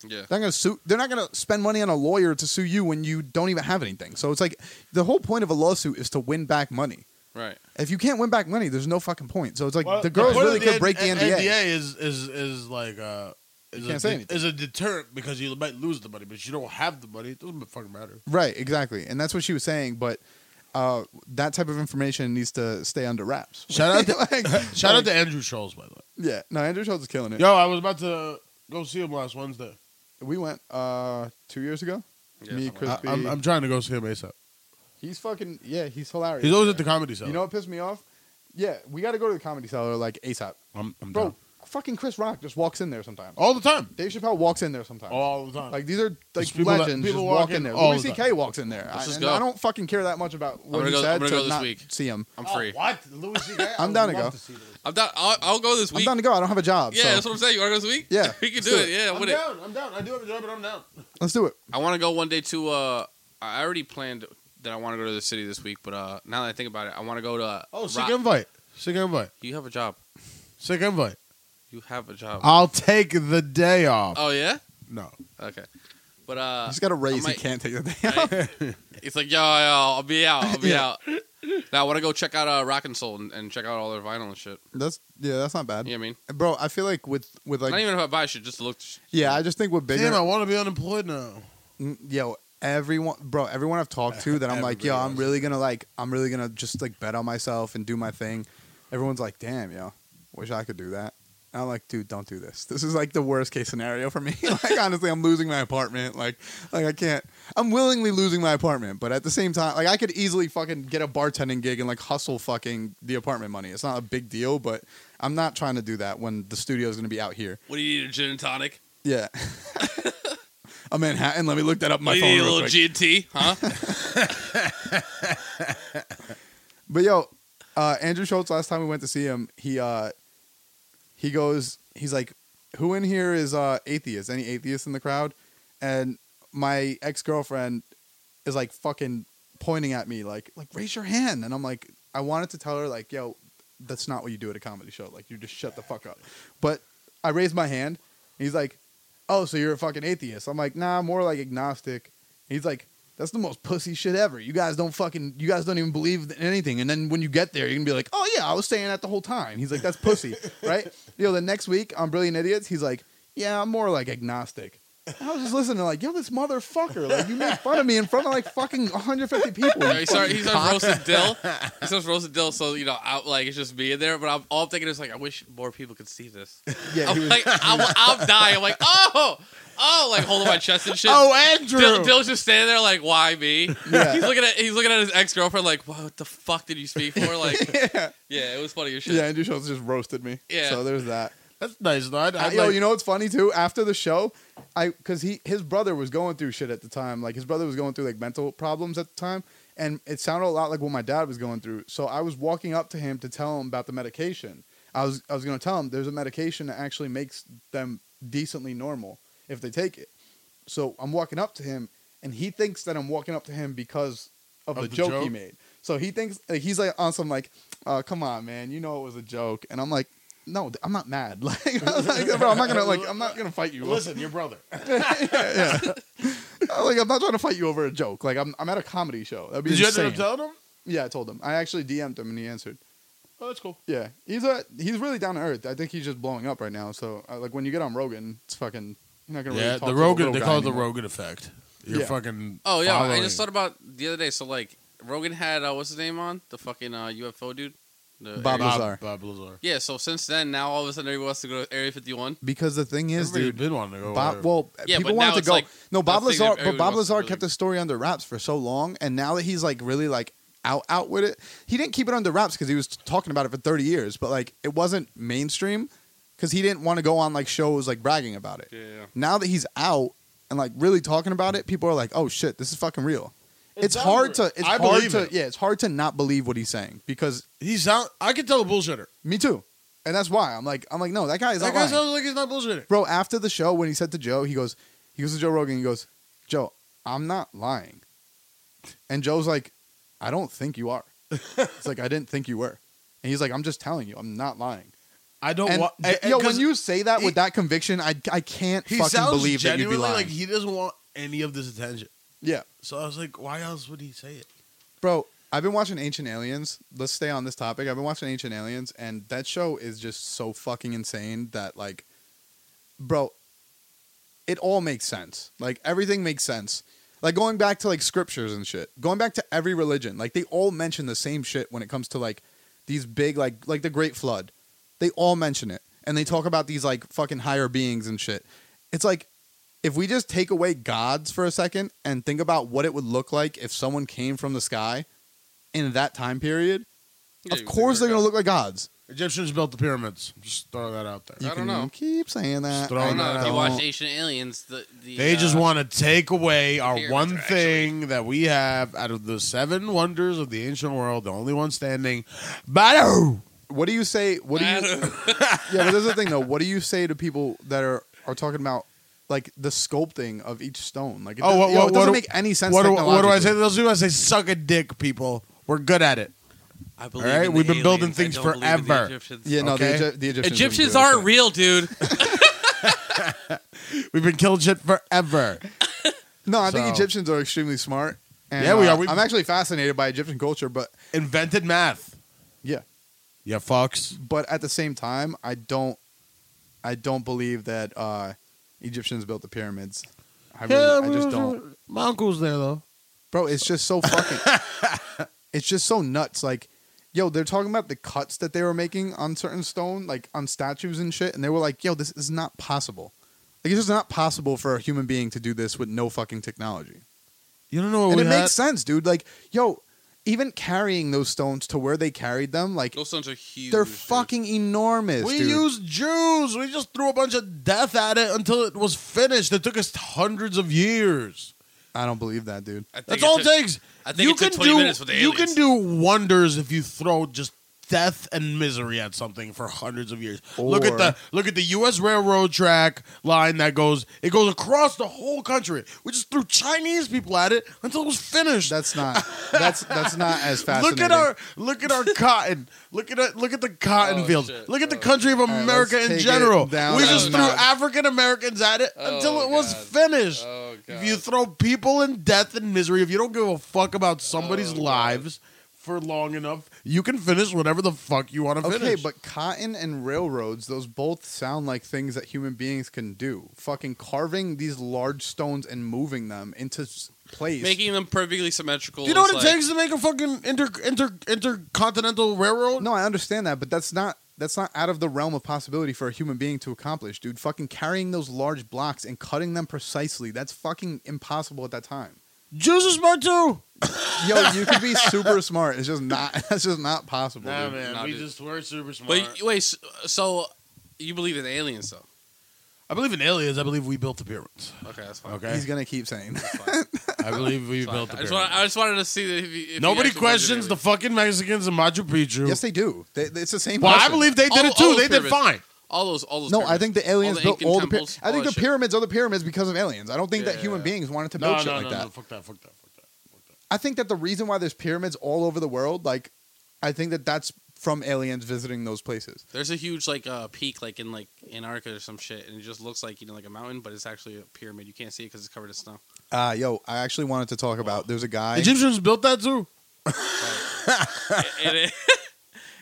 Yeah, They're not gonna sue. They're not gonna spend money on a lawyer to sue you when you don't even have anything. So it's like the whole point of a lawsuit is to win back money. right. If you can't win back money, there's no fucking point. So it's like Well, the girls point really of could N- break the N- NDA. NDA is is is like uh is can't a, say de- anything. is a deterrent because you might lose the money, but if you don't have the money. It doesn't fucking matter. Right, exactly, and that's what she was saying. But uh, that type of information needs to stay under wraps. Shout out to Like, shout out to Andrew Scholes, by the way. yeah. No, Andrew Schultz is killing it. Yo, I was about to go see him last Wednesday. We went uh, two years ago. Yeah, Me, something like Chris- that. I, am I'm trying to go see him ASAP. He's fucking yeah. He's hilarious. He's always at the comedy cellar. You know what pissed me off? Yeah, we got to go to the comedy cellar like ASAP, I'm, I'm bro. down. Fucking Chris Rock just walks in there sometimes. Oh, all the time, Dave Chappelle walks in there sometimes. all the time. Like these are There's like Oh. people that- legends people just walk walk in in there. all Louis the C.K. walks in there. I, just and go. I don't fucking care that much about what gonna he go- I'm said gonna to go this not week. see him. I'm free. Oh, what Louis C.K. I'm down to go. I'm down. I'll, I'll go this I'm week. down to go. I don't have a job. yeah, so that's what I'm saying. You want to go this week? Yeah, we can let's do, do it. it. Yeah, I'm I'm with it. down. I'm down. I do have a job, but I'm down. let's do it. I want to go one day to. uh I already planned that I want to go to the city this week, but uh now that I think about it, I want to go to. Uh, Oh, sick Rock- invite. Sick invite. You have a job. Sick invite. You have a job. I'll take the day Uh, off. oh yeah. No. Okay. But uh, He's got a raise. I might- he can't take the day off. I- it's like yo, yo, I'll be out. I'll be Yeah. out. Now I want to go check out uh, Rock and Soul and, and check out all their vinyl and shit. That's yeah. That's not bad. You know what I mean? Bro, I feel like with with like Not even if I buy shit, just look. yeah, I just think with bigger. Damn, I want to be unemployed now. N- yo everyone bro everyone i've talked to that i'm like yo Everybody i'm wants really gonna like i'm really gonna just like bet on myself and do my thing everyone's like damn yo wish i could do that And I'm like, dude, don't do this. This is like the worst case scenario for me. like honestly, I'm losing my apartment. Like like I can't I'm willingly losing my apartment, but at the same time, like I could easily fucking get a bartending gig and like hustle fucking the apartment money. It's not a big deal, but I'm not trying to do that when the studio is going to be out here. What do you need? A gin and tonic? Yeah. a Manhattan. Let me look that up on What my do you phone need? A real little quick. G and T? Huh? But yo, uh, Andrew Schultz. Last time we went to see him, he uh, he goes, he's like, "Who in here is uh, atheist? Any atheists in the crowd?" And my ex girlfriend is like fucking pointing at me, like, like raise your hand. And I'm like, I wanted to tell her like, yo, that's not what you do at a comedy show. Like, you just shut the fuck up. But I raised my hand. And he's like, oh, so you're a fucking atheist? I'm like, nah, more like agnostic. He's like, that's the most pussy shit ever. You guys don't fucking, you guys don't even believe in anything. And then when you get there, you're gonna be like, oh yeah, I was saying that the whole time. He's like, that's pussy, right? You know, the next week on Brilliant Idiots, he's like, yeah, I'm more like agnostic. I was just listening, like, yo, this motherfucker, like, you make fun of me in front of like fucking 150 people. you Yeah, he starts, he fucking starts cock. roasted dill. He starts roasted dill, so you know, I, like it's just me in there. But I'm all I'm thinking is like, I wish more people could see this. Yeah, he I'm was, like, I'm, I'm dying. I'm like, oh, oh, like holding my chest and shit. Oh, Andrew. Dill, Dill's just standing there like, why me? Yeah. He's looking at he's looking at his ex girlfriend like, what the fuck did you speak for? Like, yeah, yeah, it was funny as shit. yeah, Andrew Schultz just roasted me. Yeah. So there's that. That's nice, though. I'd, I, I'd Uh, yo, like- you know what's funny too? After the show, I because he his brother was going through shit at the time. Like his brother was going through like mental problems at the time, and it sounded a lot like what my dad was going through. So I was walking up to him to tell him about the medication. I was I was going to tell him there's a medication that actually makes them decently normal if they take it. So I'm walking up to him, and he thinks that I'm walking up to him because of, Of the, the joke, he joke? made. So he thinks like, he's like on some like, uh, come on, man, you know it was a joke, and I'm like, no, th- I'm not mad. Like, I was like, bro, I'm not gonna like, I'm not gonna fight you. listen, your brother. I'm like, I'm not trying to fight you over a joke. Like, I'm, I'm at a comedy show. That'd be Did you end insane. up telling him? yeah, I told him. I actually DM'd him and he answered. Oh, that's cool. Yeah, he's a he's really down to earth. I think he's just blowing up right now. So uh, like when you get on Rogan, it's fucking you're not gonna really Yeah, talk to the Rogan. little They guy call it the anymore. Rogan effect. You're Yeah. fucking. Oh yeah, I following. just thought about the other day. So like, Rogan had uh, what's his name on the fucking uh, UFO dude, The Bob Area- Lazar. Bob, Bob Lazar. Yeah, so since then, now all of a sudden everybody wants to go to Area 51. Because the thing is, Everybody's dude, been wanting to go. Bob. there. Well, Yeah, people but wanted now to it's go. like no, Bob the thing that Lazar, but everyone Bob wants to Lazar really- kept the story under wraps for so long, and now that he's like really like out out with it, he didn't keep it under wraps because he was talking about it for thirty years, but like it wasn't mainstream because he didn't want to go on like shows like bragging about it. Yeah. Now that he's out and like really talking about it, people are like, "Oh shit, this is fucking real." It's, It's hard to. accurate. It's I hard believe to. it. Yeah, it's hard to not believe what he's saying because he sound. I can tell a bullshitter. me too, and that's why I'm like I'm like no, that guy is not That guy lying sounds like he's not bullshitting. bro after the show when he said to joe he goes he goes to joe rogan he goes joe i'm not lying and joe's like i don't think you are it's like i didn't think you were and he's like i'm just telling you i'm not lying I don't and, want. th- yo, when 'cause you say that he- with that conviction i, I can't he fucking sounds believe that you'd be genuinely lying like he doesn't want any of this attention. yeah So I was like, why else would he say it? bro i've been watching ancient aliens let's stay on this topic i've been watching ancient aliens and that show is just so fucking insane that like bro it all makes sense like everything makes sense like going back to like scriptures and shit going back to every religion like they all mention the same shit when it comes to like these big like like the great flood they all mention it and they talk about these like fucking higher beings and shit it's like if we just take away gods for a second and think about what it would look like if someone came from the sky in that time period, Yeah, of course they're going to look like gods. Egyptians built the pyramids. Just throw that out there. I don't know. Keep saying that. Just throw I don't it know. out If you there. watch Ancient Aliens, the, the They just uh, want to take away our Pyramids one are actually- thing that we have out of the seven wonders of the ancient world, the only one standing. Badu! What do you say? What do you? yeah, but there's the thing though. What do you say to people that are are talking about like the sculpting of each stone? Like, it Oh, doesn't- what, yo, what, it what doesn't do- make any sense. What do, what do I say to technologically. those people? I say, suck a dick, people. We're good at it. I believe. All right, in the we've been building aliens. I things don't believe in the forever. Egyptians. Yeah, no, Okay. the, Egy- the Egyptians, Egyptians wouldn't do that aren't shit. real, dude. We've been killing shit forever. No, I think So- Egyptians are extremely smart. And, Yeah, we uh, are. We- I'm actually fascinated by Egyptian culture, but Invented math. yeah, Yeah, fucks. but at the same time, I don't, I don't believe that uh, Egyptians built the pyramids. I really, I just don't, My uncle's there, though. bro. It's just so fucking, it's just so nuts. Like yo, they're talking about the cuts that they were making on certain stone, like on statues and shit, and they were like, yo, this is not possible. Like it's just not possible for a human being to do this with no fucking technology. You don't know what and we it had? makes sense, dude. Like, yo, even carrying those stones to where they carried them, like Those stones are huge. they're dude. fucking enormous. We dude. used Jews. We just threw a bunch of death at it until it was finished. It took us hundreds of years. I don't believe that, dude. I think That's it all it took- takes. I think it took 20 do, minutes with the You aliens. can do wonders if you throw just death and misery at something for hundreds of years. look at Or- the look at the US railroad track line that goes it goes across the whole country. We just threw Chinese people at it until it was finished. That's not. That's that's not as fascinating. Look at our look at our cotton. Look at it- look at the cotton Oh, fields. shit. Look at the country of right, America let's in take it general. We down a just threw notch. African Americans at it until Oh, it was God. finished. Oh god. If you throw people in death and misery, if you don't give a fuck about somebody's Oh, God. lives for long enough, you can finish whatever the fuck you want to Okay, finish. but cotton and railroads, those both sound like things that human beings can do. Fucking carving these large stones and moving them into s- place. making them perfectly symmetrical. do you know is what it like- takes to make a fucking inter inter intercontinental railroad? no, I understand that, but that's not that's not out of the realm of possibility for a human being to accomplish, dude. Fucking carrying those large blocks and cutting them precisely—that's fucking impossible at that time. Jews are smart too. Yo, you could be super smart. It's just not. That's just not possible. dude. man, we just were super But you- wait, so, so you believe in aliens though? I believe in aliens. I believe we built the pyramids. Okay, that's fine. Okay, He's gonna keep saying that. That's fine. I believe we Fine. built the I, just pyramids. wanted, I just wanted to see that if, you, if you Nobody actually believed in questions the aliens. fucking Mexicans in Machu Picchu. Yes, they do. They, it's the same. well, I person. believe they did All- it too. all They did pyramids. fine. All those, all those. No, I pyramids. think the aliens All the built Incan all the. Py- temples, I all think that the shit. pyramids are the pyramids because of aliens. I don't think Yeah, that yeah, human yeah. beings wanted to build shit like that. fuck that, fuck that, fuck that, fuck that. I think that the reason why there's pyramids all over the world, like, I think that that's from aliens visiting those places. There's a huge like uh, peak like in like Antarctica or some shit, and it just looks like you know like a mountain, but it's actually a pyramid. You can't see it because it's covered in snow. Uh yo, I actually wanted to talk about. There's a guy. Egyptians built that too. in, in,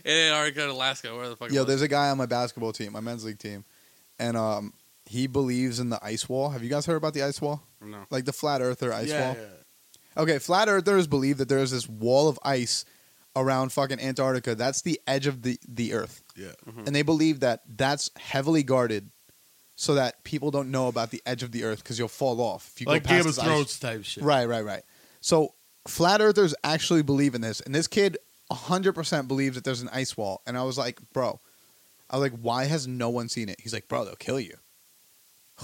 in Antarctica, Alaska, where the fuck. it Yo, was. there's a guy on my basketball team, my men's league team, and um, he believes in the ice wall. Have you guys heard about the ice wall? no. Like the flat earther ice wall. Okay, flat earthers believe that there is this wall of ice around fucking Antarctica. That's the edge of the, the earth. yeah, Mm-hmm. And they believe that that's heavily guarded so that people don't know about the edge of the earth because you'll fall off if you Like go past Game of this ice- Thrones type shit. Right, right, right. So flat earthers actually believe in this. And this kid 100% believes that there's an ice wall. And I was like, bro, I was like, why has no one seen it? He's like, bro, they'll kill you.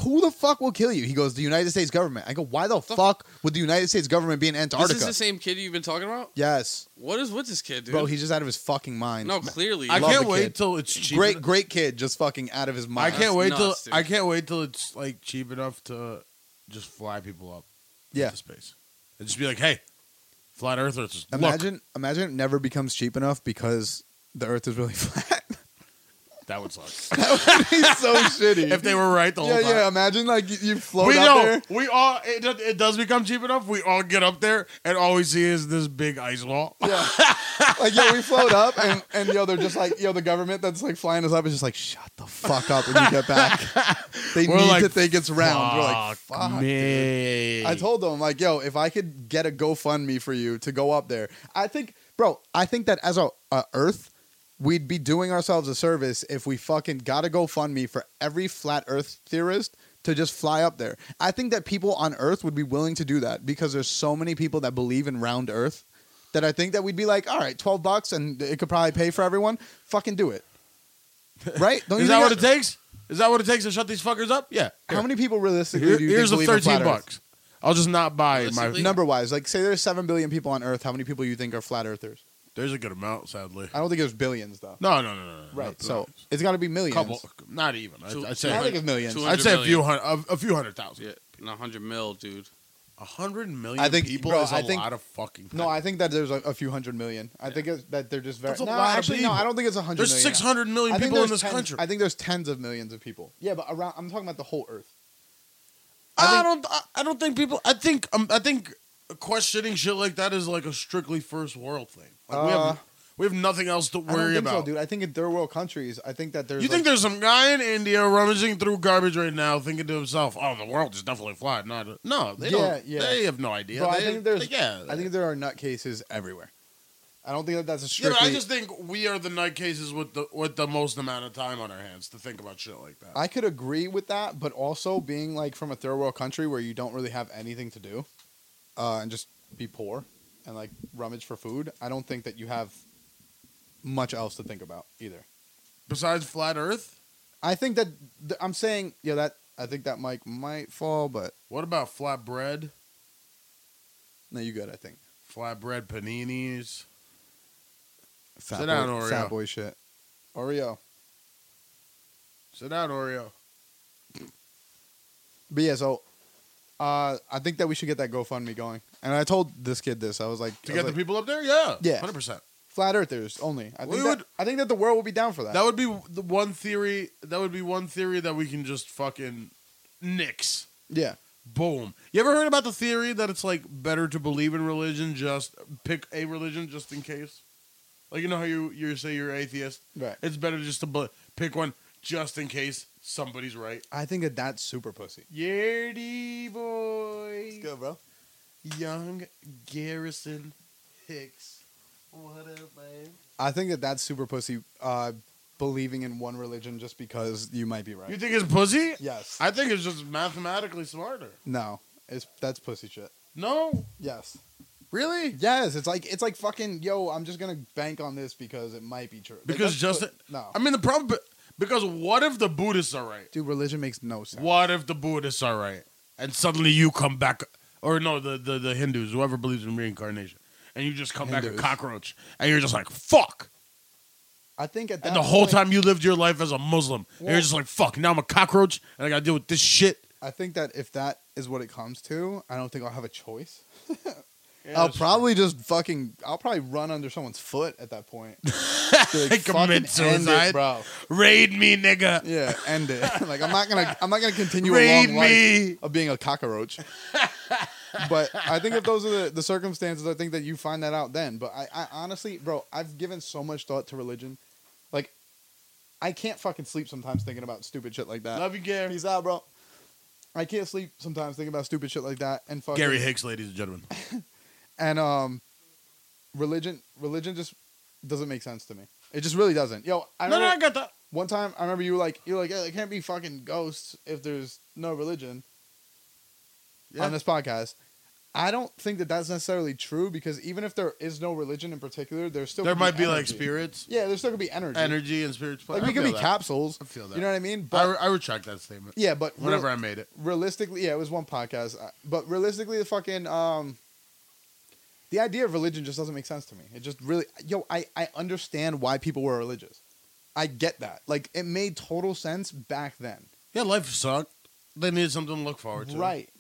Who the fuck will kill you? He goes, the United States government. I go, why the fuck would the United States government be in Antarctica? This is the same kid you've been talking about. yes. What is with this kid, dude? Bro, he's just out of his fucking mind. no, clearly. I Love can't the wait kid. till it's cheap. great, en- great kid, just fucking out of his I mind. can't That's wait till nuts, dude. I can't wait till it's like cheap enough to just fly people up Yeah. to space and just be like, hey, flat earthers, look, Imagine, imagine it never becomes cheap enough because the Earth is really flat. that would suck. He's so shitty. if they were right the whole yeah, time. yeah. Imagine like you, you float we out know. there. We all it, do- it does become cheap enough. We all get up there, and all we see is this big ice wall. Yeah. like yo, we float up, and and yo, they're just like yo, the government that's like flying us up is just like shut the fuck up when you get back. They We're need like, to think it's round. We're like fuck. dude." me. I told them like, yo, if I could get a GoFundMe for you to go up there, I think, bro, I think that as a, a Earth, we'd be doing ourselves a service if we fucking got a GoFundMe for every flat Earth theorist to just fly up there. I think that people on Earth would be willing to do that because there's so many people that believe in round Earth that I think that we'd be like, all right, twelve bucks, and it could probably pay for everyone. Fucking do it, right? Don't Is that what I- it takes? Is that what it takes to shut these fuckers up? Yeah. How many people realistically Here- do you here's think the believe in flat thirteen Earth? bucks. I'll just not buy my. Realistically? number wise, like say there's seven billion people on Earth, how many people you think are flat earthers? There's a good amount, sadly. I don't think there's billions though. No, no, no, no. no right. no, so no. it's got to be millions. couple, not even. I'd, Two- I'd I say. think it's millions. two I'd hundred say a few million. hundred, a, a few hundred thousand. Yeah, no, hundred mil, dude. A hundred million. I think- people bro, is a I think- lot of fucking. No, I think that there's a, a few hundred million. I think it's, that they're just very. That's a no, lot of actually, no. people. I don't think it's a hundred. there's million. six hundred I million think people in there's this tens- country. I think there's tens of millions of people. Yeah, but around I'm talking about the whole Earth. I, don't. I, I don't think people. I think. Um, I think questioning shit like that is like a strictly first world thing. Like we Uh, have. We have nothing else to I don't worry think about. so, dude. I think in third world countries, I think that there's. you think like, there's some guy in India rummaging through garbage right now, thinking to himself, "Oh, the world is definitely flat." Not no, they Yeah, don't. yeah. They have no idea. Bro, they, I think there's. they- yeah, I think there are nutcases everywhere. I don't think that that's a Yeah, strictly. but I just think we are the nutcases with the with the most amount of time on our hands to think about shit like that. I could agree with that, but also being like from a third world country where you don't really have anything to do, uh, and just be poor and like rummage for food, I don't think that you have much else to think about either. Besides flat Earth, I think that th- I'm saying, yeah, that I think that mic might fall, but what about flat bread, no, you good. I think flat bread paninis? fat Sit down, boy, Oreo. fat boy shit. Oreo, Sit down, Oreo. but yeah, so. Uh, I think that we should get that GoFundMe going. And I told this kid this. I was like, To I get was like, the people up there, yeah, Yeah. hundred percent. flat earthers only. I think, We that, would- I think that the world will be down for that. That would be the one theory. That would be one theory that we can just fucking nix. yeah. Boom. You ever heard about the theory that it's like better to believe in religion, just pick a religion just in case? Like you know how you you say you're atheist. Right. It's better just to bl- pick one just in case somebody's right. I think that that's super pussy. Yerdy boy, bro. young Garrison Hicks. What up, man? I think that that's super pussy. Uh, believing in one religion just because you might be right. You think it's pussy? yes. I think it's just mathematically smarter. no. It's that's pussy shit. No, Yes. really? Yes. It's like it's like fucking yo. I'm just gonna bank on this because it might be true. Like, Because that's just pu- no. I mean the problem because what if the Buddhists are right? Dude, religion makes no sense. What if the Buddhists are right? And suddenly you come back, or no, the, the, the Hindus, whoever believes in reincarnation, and you just come back a Hindus. cockroach, and you're just like, fuck. I think at that And the whole point- time you lived your life as a Muslim, and Well- you're just like, fuck, now I'm a cockroach, and I gotta deal with this shit. I think that if that is what it comes to, I don't think I'll have a choice. I'll probably just fucking. I'll probably run under someone's foot at that point. Be Commit "Fucking end it, suicide." bro. raid me, nigga. Yeah, end it. like I'm not gonna I'm not gonna continue a Raid long me. life of being a cockroach. but I think if those are the, the circumstances, I think that you find that out then. But I, I honestly, bro, I've given so much thought to religion. Like I can't fucking sleep sometimes thinking about stupid shit like that. Love you, Gary. Peace out, bro. I can't sleep sometimes thinking about stupid shit like that and fucking Gary Hicks, ladies and gentlemen. and um religion religion just doesn't make sense to me. It just really doesn't. Yo, I No, no, remember- I got that. one time, I remember you were like, you're like, "Yeah, there can't be fucking ghosts if there's no religion Yeah. on this podcast. I don't think that that's necessarily true because even if there is no religion in particular, there's still There could might be like energy. spirits, Yeah, there's still gonna be energy. energy, and spirits. Like we could be capsules. I feel that. You know what I mean? I, But re- I retract that statement. yeah, but real- Whenever I made it. realistically, yeah, it was one podcast. I- But realistically, the fucking um, the idea of religion just doesn't make sense to me. It just really, yo, I I understand why people were religious. I get that. Like it made total sense back then. Yeah, life sucked. They needed something to look forward to. Right.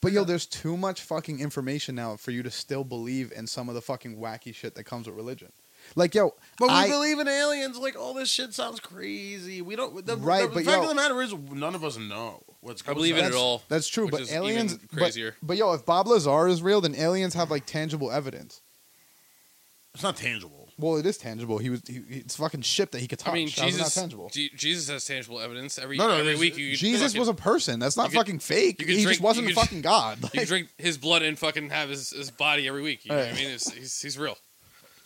But yo, there's too much fucking information now for you to still believe in some of the fucking wacky shit that comes with religion. Like yo, But we I- believe in aliens. Like all this shit sounds crazy. We don't. The, Right, The, but fact yo- of the matter is, none of us know what's. I believe in it that's- all. That's true, which but is even aliens but- crazier. But, yo, if Bob Lazar is real, then aliens have like tangible evidence. It's not tangible. Well, it is tangible. He was he, it's fucking ship that he could touch. I mean, How's it Jesus. not tangible. Je- Jesus has tangible evidence. Every No, no, every there's- week you Jesus fucking- was a person. That's not could- fucking fake. you He could drink- just wasn't you could- fucking God. You Like, can drink his blood and fucking have his, his body every week. You know what I Right. mean? It's, he's, he's real.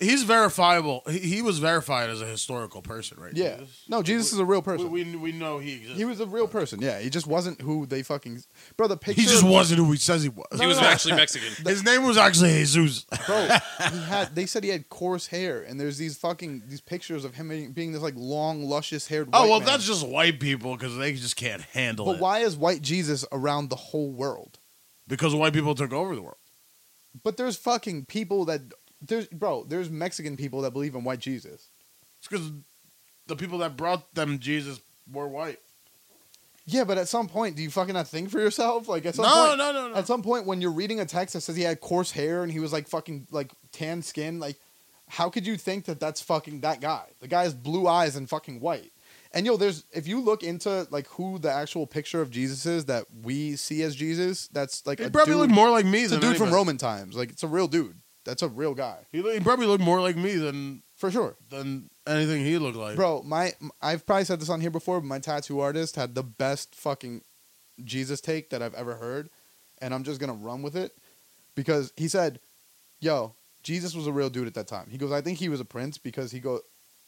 He's verifiable. He, he was verified as a historical person, right? yeah. No, Jesus is a real person. We, we, we know he exists. he was a real person. Yeah, he just wasn't who they fucking bro. The picture. he just wasn't who he says he was. he was no, no. actually Mexican. His name was actually Jesus. Bro, he had. They said he had coarse hair, and there's these fucking these pictures of him being- being this like long, luscious haired. Oh well, that's just white people because they just can't handle But it. why is white Jesus around the whole world? Because white people took over the world. But there's fucking people that there's bro. There's Mexican people that believe in white Jesus. It's because the people that brought them Jesus were white. Yeah, but at some point, do you fucking not think for yourself? Like at some No, point, no, no, no. At some point, when you're reading a text that says he had coarse hair and he was like fucking like tan skin, like how could you think that that's fucking that guy? The guy has blue eyes and fucking white. And yo, there's if you look into like who the actual picture of Jesus is that we see as Jesus, that's like He a probably dude, looked more like me it's a than dude from anybody. Roman times. Like it's a real dude. That's a real guy He, look- he probably looked more like me than for sure. than anything he looked like. Bro, my I've probably said this on here before, but my tattoo artist had the best fucking Jesus take that I've ever heard, and I'm just gonna run with it because he said, "Yo, Jesus was a real dude at that time. He goes, I think he was a prince because he go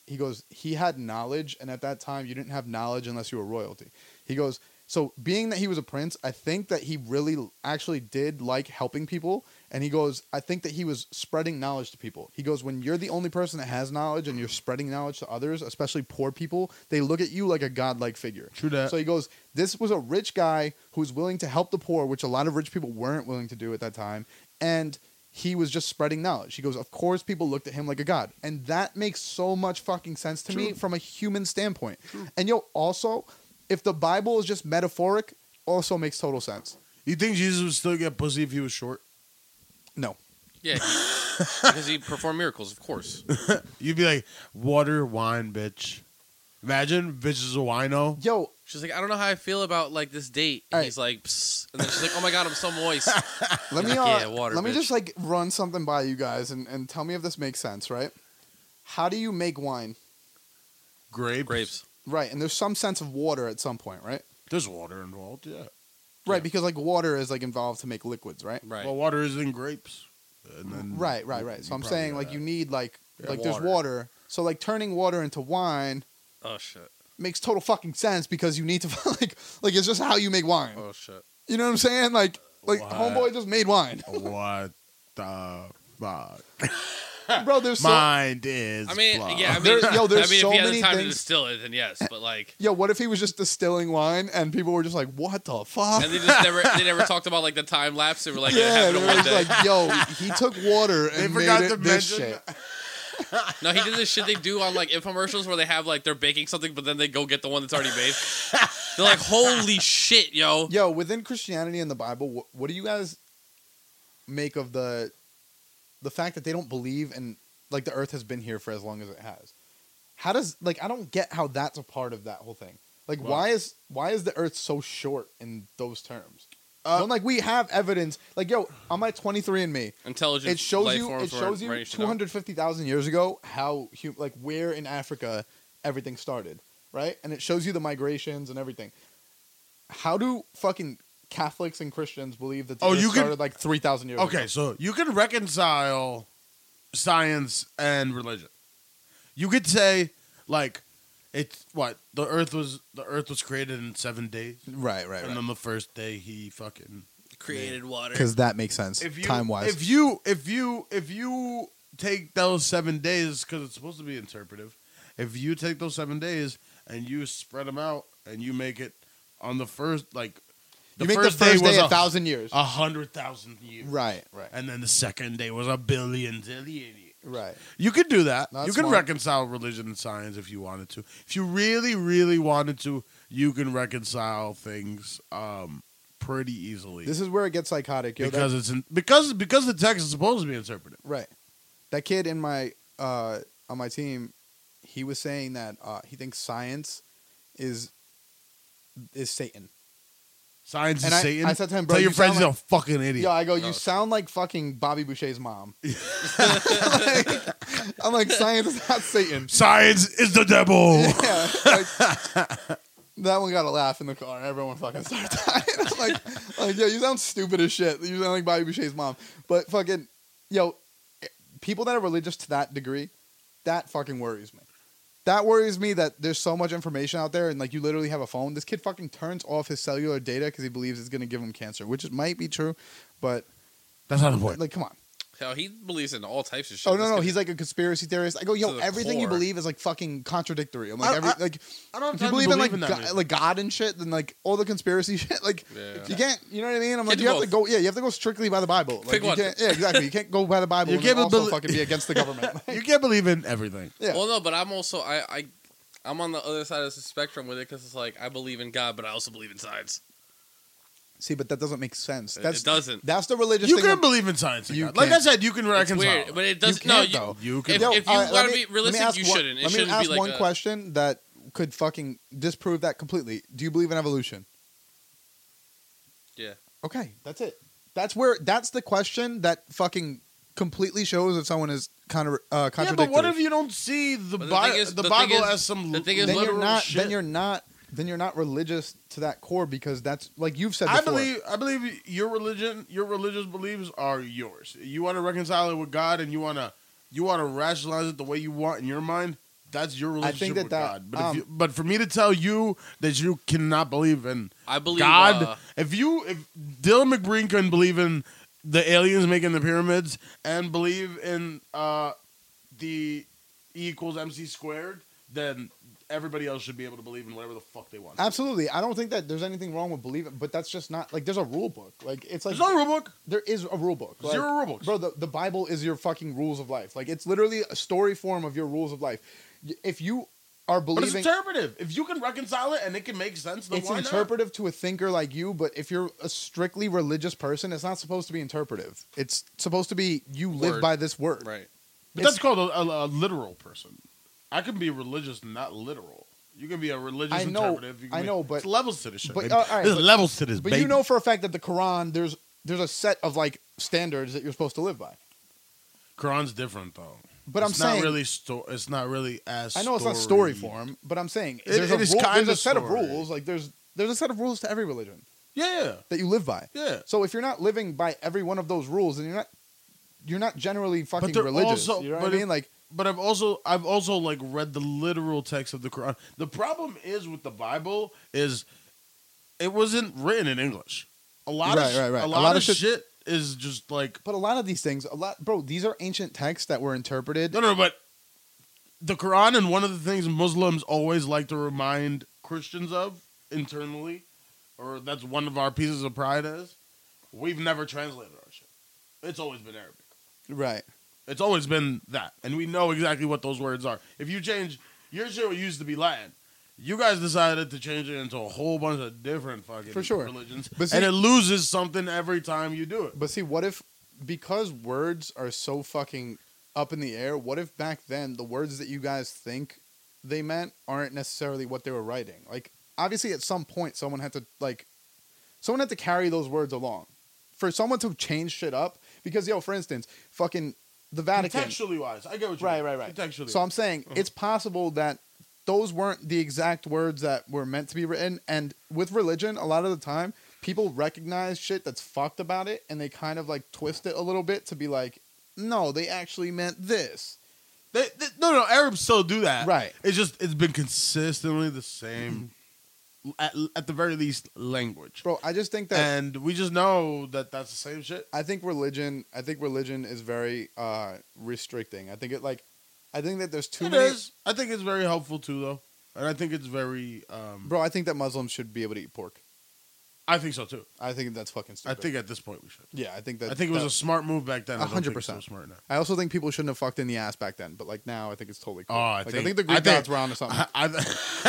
he goes, he had knowledge, and at that time you didn't have knowledge unless you were royalty. He goes, so being that he was a prince, I think that he really l- actually did like helping people. And he goes, I think that he was spreading knowledge to people. He goes, when you're the only person that has knowledge and you're spreading knowledge to others, especially poor people, they look at you like a godlike figure. True that. So he goes, this was a rich guy who's willing to help the poor, which a lot of rich people weren't willing to do at that time. And he was just spreading knowledge. He goes, of course, people looked at him like a god, and that makes so much fucking sense to me from a human standpoint. And yo, also, if the Bible is just metaphoric, also makes total sense. You think Jesus would still get pussy if he was short? No, Yeah, he- because he performed miracles, of course. You'd be like, water, wine, bitch. Imagine, bitch is a wino. yo, She's like, I don't know how I feel about like this date. All And right. he's like, Psst. and then she's like, Oh my god, I'm so moist. let me Yeah, uh, yeah, water, let me bitch. just like run something by you guys and and tell me if this makes sense, right? How do you make wine? Grapes. Grapes. Right, and there's some sense of water at some point, right? There's water involved, yeah. Right, Yeah. because like water is like involved to make liquids, right? Right. Well, water is in grapes. And then Right, right, right. So you I'm probably saying got like that. you need like Yeah, like there's water. water. So like turning water into wine oh shit. makes total fucking sense because you need to like like it's just how you make wine. Oh shit. You know what I'm saying? Like like What? homeboy just made wine. What the fuck? Bro, there's so Mind is. I mean, blood. yeah. I mean, There- yo, there's I mean, so if he had many the time to things- distill it, then yes. But like, Yo, what if he was just distilling wine and people were just like, "What the fuck?" and they just never, they never talked about like the time lapse. They were like, it yeah, happened they in were one just day. like, "Yo, he took water They and made forgot to it this mention- shit." No, he did this shit they do on like infomercials where they have like they're baking something, but then they go get the one that's already made. They're like, holy shit, yo. Yo, within Christianity and the Bible, what, what do you guys make of the the fact that they don't believe in like the Earth has been here for as long as it has? How does like I don't get how that's a part of that whole thing. Like Well- why is why is the Earth so short in those terms? Uh, when, like we have evidence, like yo, on my twenty three and me, Intelligent. it shows life you it forms were shows you arranged in a- 250,000 years ago how hu- like where in Africa everything started, right? And it shows you the migrations and everything. How do fucking Catholics and Christians believe that the Oh, earth you could- started like 3,000 years ago? Okay, so you can reconcile science and religion. You could say like it's what the earth was the earth was created in 7 days Right, right, and then the first day he fucking created water. Cuz that makes sense if you time-wise. If you if you if you take those 7 days cuz it's supposed to be interpretive. If you take those 7 days and you spread them out and you make it on the first like you make the first day, was a 1,000 years. a hundred thousand years. right, right. And then the second day was a billion zillion. Right. You could do that. That's you can smart. reconcile religion and science if you wanted to. If you really, really wanted to, you can reconcile things um, pretty easily This is where it gets psychotic. Yo, that- because it's in, because because the text is supposed to be interpreted. Right. That kid in my uh on my team, he was saying that uh he thinks science is is Satan. Science And is I- Satan. I said to him, bro, tell your you sound friends you're a fucking idiot. Yeah, I go, No. you sound like fucking Bobby Boucher's mom. Like, I'm like, science is not Satan. Science is the devil. Yeah. like, that one got a laugh in the car and everyone fucking started dying. like, like, yo, you sound stupid as shit. You sound like Bobby Boucher's mom. But fucking, yo, people that are religious to that degree, that fucking worries me. That worries me that there's so much information out there and like you literally have a phone. This kid fucking turns off his cellular data because he believes it's gonna give him cancer, which it might be true, but That's not the point. like, come on. Hell, he believes in all types of shit. Oh no, This no, guy- he's like a conspiracy theorist. I go, yo, To the everything you core. believe is like fucking contradictory. I'm like, I- every, I- like I don't have if you time to believe, in believe like in that God, reason. like God and shit, then like all the conspiracy shit, like Yeah. you can't, you know what I mean? I'm like, do you have to go, both. yeah, you have to go strictly by the Bible. Like, Pick you one. Can't, yeah, exactly. You can't go by the Bible You and then can't also believe- fucking be against the government. Like, you can't believe in everything. yeah, Well, no, but I'm also I I I'm on the other side of the spectrum with it because it's like I believe in God, but I also believe in science. see, but that doesn't make sense. It- That's it doesn't. That's the religious. You thing can of- believe in science. and You God. Like I can't. said, you can It's reconcile. weird, but it you does can't no. though. You if, can. Yo, if you all right, want let to me- be let me realistic, ask you one- shouldn't. It Let me shouldn't ask be like one a- question that could fucking disprove that completely. Do you believe in evolution? Yeah. Okay, that's it. That's where. That's the question that fucking completely shows if someone is contra- uh, Yeah, contradictory. but what if you don't see the, But the Bi- thing is- the the thing Bible is- as some the thing is then you're literal not. shit? Then you're not then you're not religious to that core because that's like you've said. I Before, believe I believe your religion, your religious beliefs are yours. You want to reconcile it with God, and you want to you want to rationalize it the way you want in your mind. That's your relationship think that with that, God. But um, if you, but for me to tell you that you cannot believe in I believe God, uh, if you if Dylan McBreen couldn't believe in the aliens making the pyramids and believe in uh, the E equals MC squared, then everybody else should be able to believe in whatever the fuck they want. Absolutely, I don't think that there's anything wrong with believing, but that's just not like there's a rule book. Like it's like There's no rule book. there is a rule book. Like, Zero rule books. bro. The, the Bible is your fucking rules of life. Like it's literally a story form of your rules of life. Y- If you are But it's believing, interpretive. If you can reconcile it and it can make sense, then it's why interpretive to a thinker like you. But if you're a strictly religious person, it's not supposed to be interpretive. It's supposed to be you live Word. by this word. right. not? But that's called a, a, a literal person. I can be religious, and not literal. You can be a religious I know- interpretive. You can I be- know, but- it's levels to this shit. but, baby. uh, all right, There's but- levels to this, But baby. you know for a fact that the Quran there's there's a set of like standards that you're supposed to live by. Quran's different though. But it's I'm not saying- really sto- It's not really as. I know it's not story form, but I'm saying It- there's it a, is rule, kinda there's a set of story. rules. Like there's there's a set of rules to every religion Yeah, that you live by. yeah. So if you're not living by every one of those rules, then you're not you're not generally fucking they're religious. also- you know but what I if- mean? Like But I've also I've also like read the literal text of the Quran. The problem is with the Bible is it wasn't written in English. A lot Right, of sh- right, right. a lot, of, shit is just like but a lot of these things, a lot bro, these are ancient texts that were interpreted. No, no, but the Quran and one of the things Muslims always like to remind Christians of internally, or that's one of our pieces of pride is, we've never translated our shit. It's always been Arabic. Right. It's always been that, and we know exactly what those words are. If you change your shit, used to be Latin. You guys decided to change it into a whole bunch of different fucking For sure. religions, But see- and it loses something every time you do it. But see, what if because words are so fucking up in the air, what if back then the words that you guys think they meant aren't necessarily what they were writing? Like obviously at some point someone had to like someone had to carry those words along. For someone to change shit up because yo, for instance, fucking the Vatican Contextually wise, I get what you Right, mean. right, right. Contextually, Uh-huh. So I'm saying it's possible that those weren't the exact words that were meant to be written. And with religion, a lot of the time, people recognize shit that's fucked about it and they kind of like twist it a little bit to be like, no, they actually meant this. They, they, no, no, Arabs still do that. Right. It's just it's been consistently the same, at, at the very least, language. Bro, I just think that. And we just know that that's the same shit. I think religion. I think religion is very uh, restricting. I think it like, I think that there's too It many. is. I think it's very helpful too, though, and I think it's very. Um, Bro, I think that Muslims should be able to eat pork. I think so too. I think that's fucking I stupid. think at this point we should. Yeah, I think that. I think it was that- a smart move back then. I don't think it's so 100%. smart now. I also think people shouldn't have fucked in the ass back then, but like now, I think it's totally cool. Oh, I Like, think- the Greek I think- gods were onto something. I, I-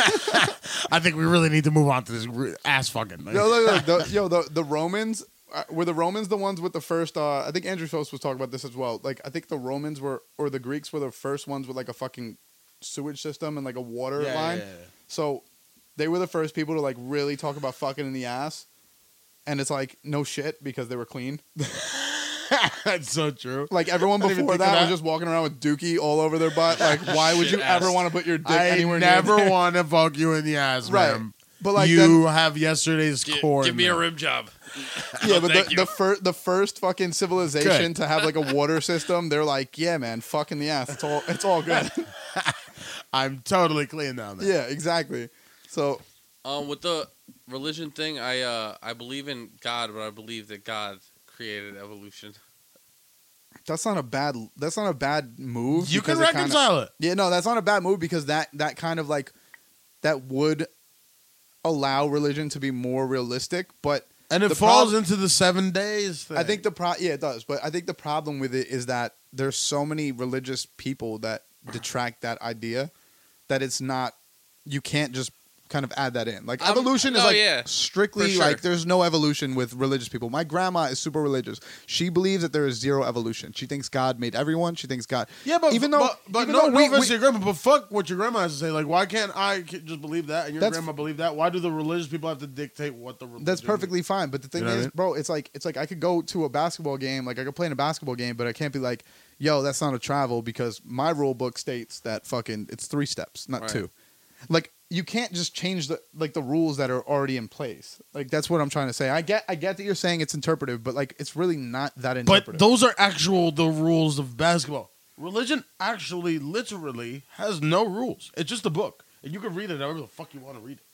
I think we really need to move on to this re- ass fucking. yo, look, look, the, yo, the the Romans uh, were the Romans the ones with the first. Uh, I think Andrew Schultz was talking about this as well. Like, I think the Romans were or the Greeks were the first ones with like a fucking sewage system and like a water Yeah, line. yeah, yeah. So they were the first people to like really talk about fucking in the ass, and it's like no shit because they were clean. That's so true. Like everyone I didn't even before think of that, was that. just walking around with dookie all over their butt. Like, why would Shit you ass. ever want to put your dick I anywhere near? never want to fuck you in the ass, Right. ma'am. But like you then- have yesterday's Gi- corn. give me a ma'am. rim job. yeah, No, but thank the, you. the first the first fucking civilization Oh, Good. to have like a water system, they're like, yeah, man, fucking the ass. It's all it's all good. I'm totally clean now, man. yeah, exactly. So Um, with the religion thing, I uh, I believe in God, but I believe that God created evolution. that's not a bad that's not a bad move. You can because it kinda- reconcile it. yeah, no, that's not a bad move because that that kind of like that would allow religion to be more realistic, but And it The falls prob- into the seven days thing. I think the pro yeah it does, but I think the problem with it is that there's so many religious people that detract that idea that it's not you can't just kind of add that in. Like I'm- evolution is oh, like yeah. strictly For sure. like there's no evolution with religious people. My grandma is super religious. She believes that there is zero evolution. She thinks God made everyone. She thinks God Yeah, but even though but, but even no, though we- no offense we- to your grandma, but fuck what your grandma has to say. Like, why can't I c- just believe that and your That's- grandma believe that? Why do the religious people have to dictate what the religion? That's perfectly fine. But the thing You know what I is, mean? bro, it's like it's like I could go to a basketball game, like I could play in a basketball game, but I can't be like, yo, that's not a travel because my rule book states that fucking it's three steps, not Right. two. like you can't just change the like the rules that are already in place. Like that's what I'm trying to say. I get I get that you're saying it's interpretive, but like it's really not that interpretive. But those are actual the rules of basketball. Religion actually, literally, has no rules. It's just a book, and you can read it however the fuck you want to read it.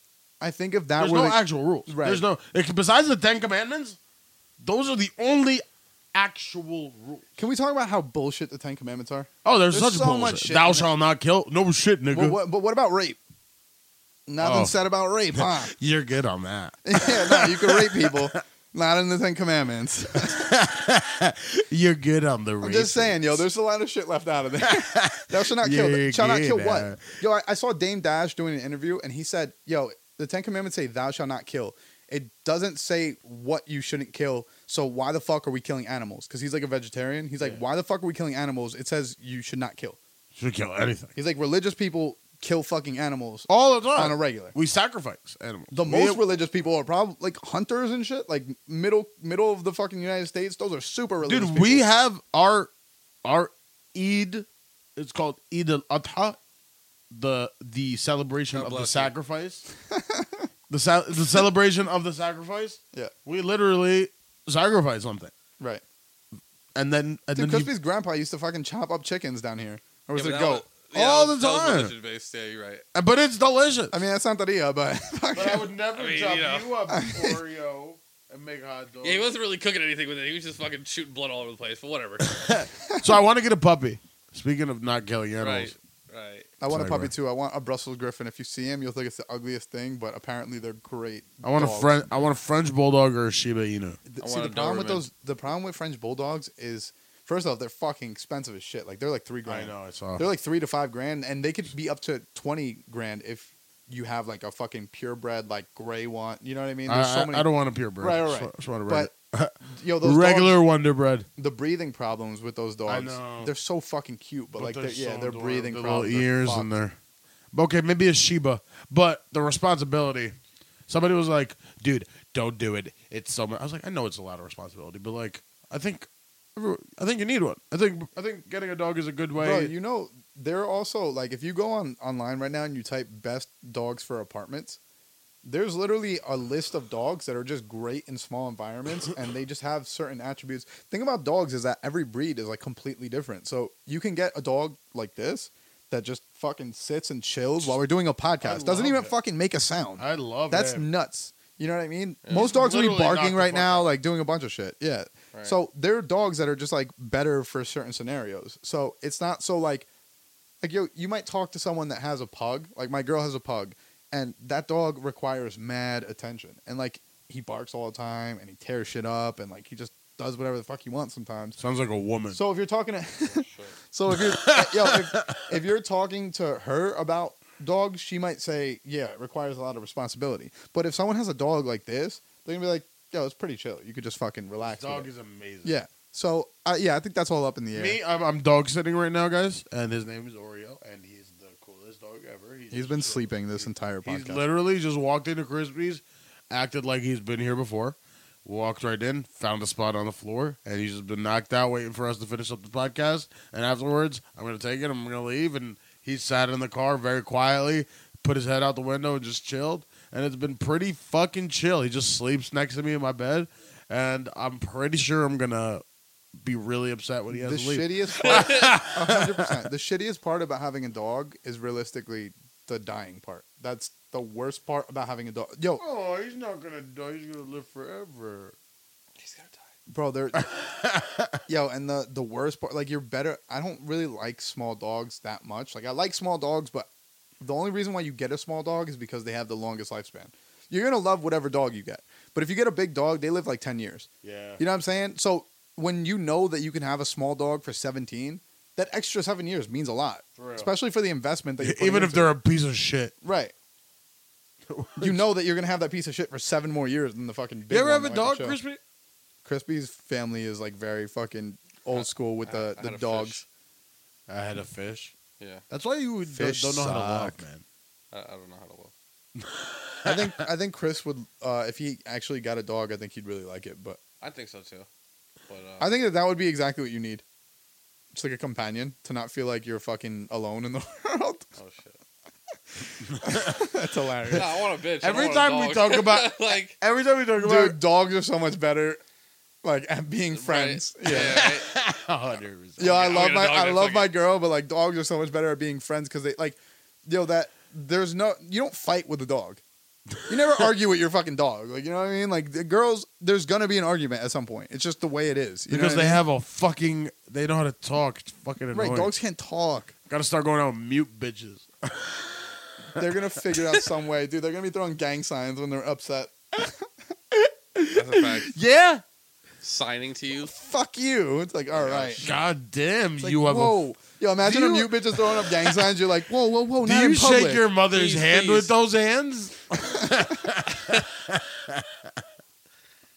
I think if that There's were no the- actual rules. Right. There's no it- besides the Ten Commandments. Those are the only actual rules. Can we talk about how bullshit the 10 commandments are? Oh, there's, There's such so bullshit. much shit in Thou it. shalt not kill. No shit, nigga. Well, what, but what about rape? Nothing Oh. said about rape, huh? You're good on that. yeah, no, you can rape people. Not in the Ten Commandments. You're good on the. I'm just saying, yo, there's a lot of shit left out of there. Thou shall not kill. Yeah, Shall not yeah, kill nah. what? Yo, I, I saw Dame Dash doing an interview, and he said, "Yo, the Ten Commandments say thou shalt not kill. It doesn't say what you shouldn't kill. So why the fuck are we killing animals? Because he's like a vegetarian. He's like, Yeah. why the fuck are we killing animals? It says you should not kill. should kill anything He's like, religious people kill fucking animals all the time on a regular. We sacrifice animals. The We- most religious people are probably like hunters and shit, like middle middle of the fucking United States. Those are super religious. dude, we people. have our our Eid. It's called Eid al Adha, the the celebration God of the bless you. sacrifice. the sa- the celebration of the sacrifice. Yeah. we literally sacrifice something, right. and then and Dude, then you- Crispy's grandpa used to fucking chop up chickens down here, or was Yeah, it but that goat? was- yeah, All that the was- that was time. religion based. Yeah, you're right. but it's delicious. I mean, that's not Santeria, but but I would never I mean, chop you know. you up Oreo and make hot dogs. Yeah, he wasn't really cooking anything with it. He was just fucking shooting blood all over the place. But whatever. so I want to get a puppy. Speaking of not killing animals, right. Right. I want a Sorry, puppy bro. too. I want a Brussels griffin. If you see him, you'll think it's the ugliest thing, but apparently they're great. I want dogs. a French. I want a French bulldog or a Shiba Inu. Th- I see, want the a problem with Doberman. those, the problem with French bulldogs is, first off, they're fucking expensive as shit. Like they're like three grand. I know. I saw. They're like three to five grand, and they could be up to twenty grand if you have like a fucking purebred, like gray one. You know what I mean? I, I- I don't want a pure bread. Right, right, Just wa- right. just want a But regular- yo, those regular regular Wonder Bread. the breathing problems with those dogs. know. They're so fucking cute, but, But like, they're they're, yeah, so their adorable. breathing The little problems. are ears fucked. and their. Okay, maybe a Shiba, but the responsibility. Somebody was like, "Dude, don't do it. It's so." Much. I was like, "I know it's a lot of responsibility, but like, I think, every- I think you need one. I think, I think getting a dog is a good way." Bro, you know, they're also like if you go on online right now and you type best dogs for apartments, there's literally a list of dogs that are just great in small environments and they just have certain attributes. Thing about dogs is that every breed is like completely different. So you can get a dog like this that just fucking sits and chills while we're doing a podcast. Doesn't love even it. fucking make a sound. I love That's that. nuts. You know what I mean? Yeah. Most dogs would be Literally knock barking the right fuck now, out. like doing a bunch of shit. Yeah. Right. So there are dogs that are just like better for certain scenarios. So it's not so like, like yo, you might talk to someone that has a pug. Like my girl has a pug, and that dog requires mad attention. And like he barks all the time, and he tears shit up, and like he just does whatever the fuck he wants sometimes. Sounds like a woman. So if you're talking to Oh, shit. So if you're yo, if, if you're talking to her about dogs, she might say, "Yeah, it requires a lot of responsibility." But if someone has a dog like this, they're gonna be like, "Yo, it's pretty chill. You could just fucking relax." with dog it." is amazing. yeah. So uh, yeah, I think that's all up in the air. Me, I'm, I'm dog sitting right now, guys, and his name is Oreo, and he's the coolest dog ever. He's been sleeping. sleeping this entire He's podcast. literally just walked into Crispy's, acted like he's been here before, walked right in, found a spot on the floor, and he's just been knocked out waiting for us to finish up the podcast. And afterwards, I'm gonna take it. I'm gonna leave, and he sat in the car very quietly, put his head out the window, and just chilled. And it's been pretty fucking chill. He just sleeps next to me in my bed, and I'm pretty sure I'm gonna be really upset when he has the to leave. shittiest part, 100%. The shittiest part about having a dog is realistically the dying part. That's the worst part about having a dog. Yo, Oh, he's not gonna die. He's gonna live forever. He's gonna die. bro they're yo and the the worst part like you're better i don't really like small dogs that much like i like small dogs but the only reason why you get a small dog is because they have the longest lifespan you're gonna love whatever dog you get but if you get a big dog they live like 10 years Yeah. you know what i'm saying so when you know that you can have a small dog for 17 that extra seven years means a lot For real. especially for the investment that you're putting E Even if into they're a piece of shit. it. right you know that you're gonna have that piece of shit for seven more years than the fucking big You ever one have a that went to show. dog, Crispy? Crispy's family is like very fucking old school with the, I- I the had a dogs. I had a fish. Yeah. That's why you don't- Fish don't, know how to walk, suck. man. I, I don't know how to love. I think I think Chris would uh, if he actually got a dog, I think he'd really like it. But I think so too. But uh, I think that that would be exactly what you need. It's like a companion to not feel like you're fucking alone in the world. Oh shit. That's hilarious. Nah, I want a bitch. I Every don't time want we a dog. talk about- like Every time we talk about Dude, dogs are so much better. Like at being friends. right, Yeah. right. hundred percent. Yo, I I'll love get a my dog I that's love like my it. girl, but like dogs are so much better at being friends because they like, yo, that there's no you don't fight with a dog. You never argue with your fucking dog. Like you know what I mean? Like the girls, there's gonna be an argument at some point. It's just the way it is. You know because what they I mean? have a fucking they know how to talk. It's fucking annoying. right. Dogs can't talk. Gotta start going out with mute bitches. They're gonna figure it out some way, dude. They're gonna be throwing gang signs when they're upset. That's a fact. Yeah. Signing to you. Fuck you. It's like all right. God damn, It's like, you have whoa. Yo, imagine Do a you- mute bitch is throwing up gang signs. You're like, whoa, whoa, whoa. a. not Do in you public. shake your mother's Please, hand please. with those hands?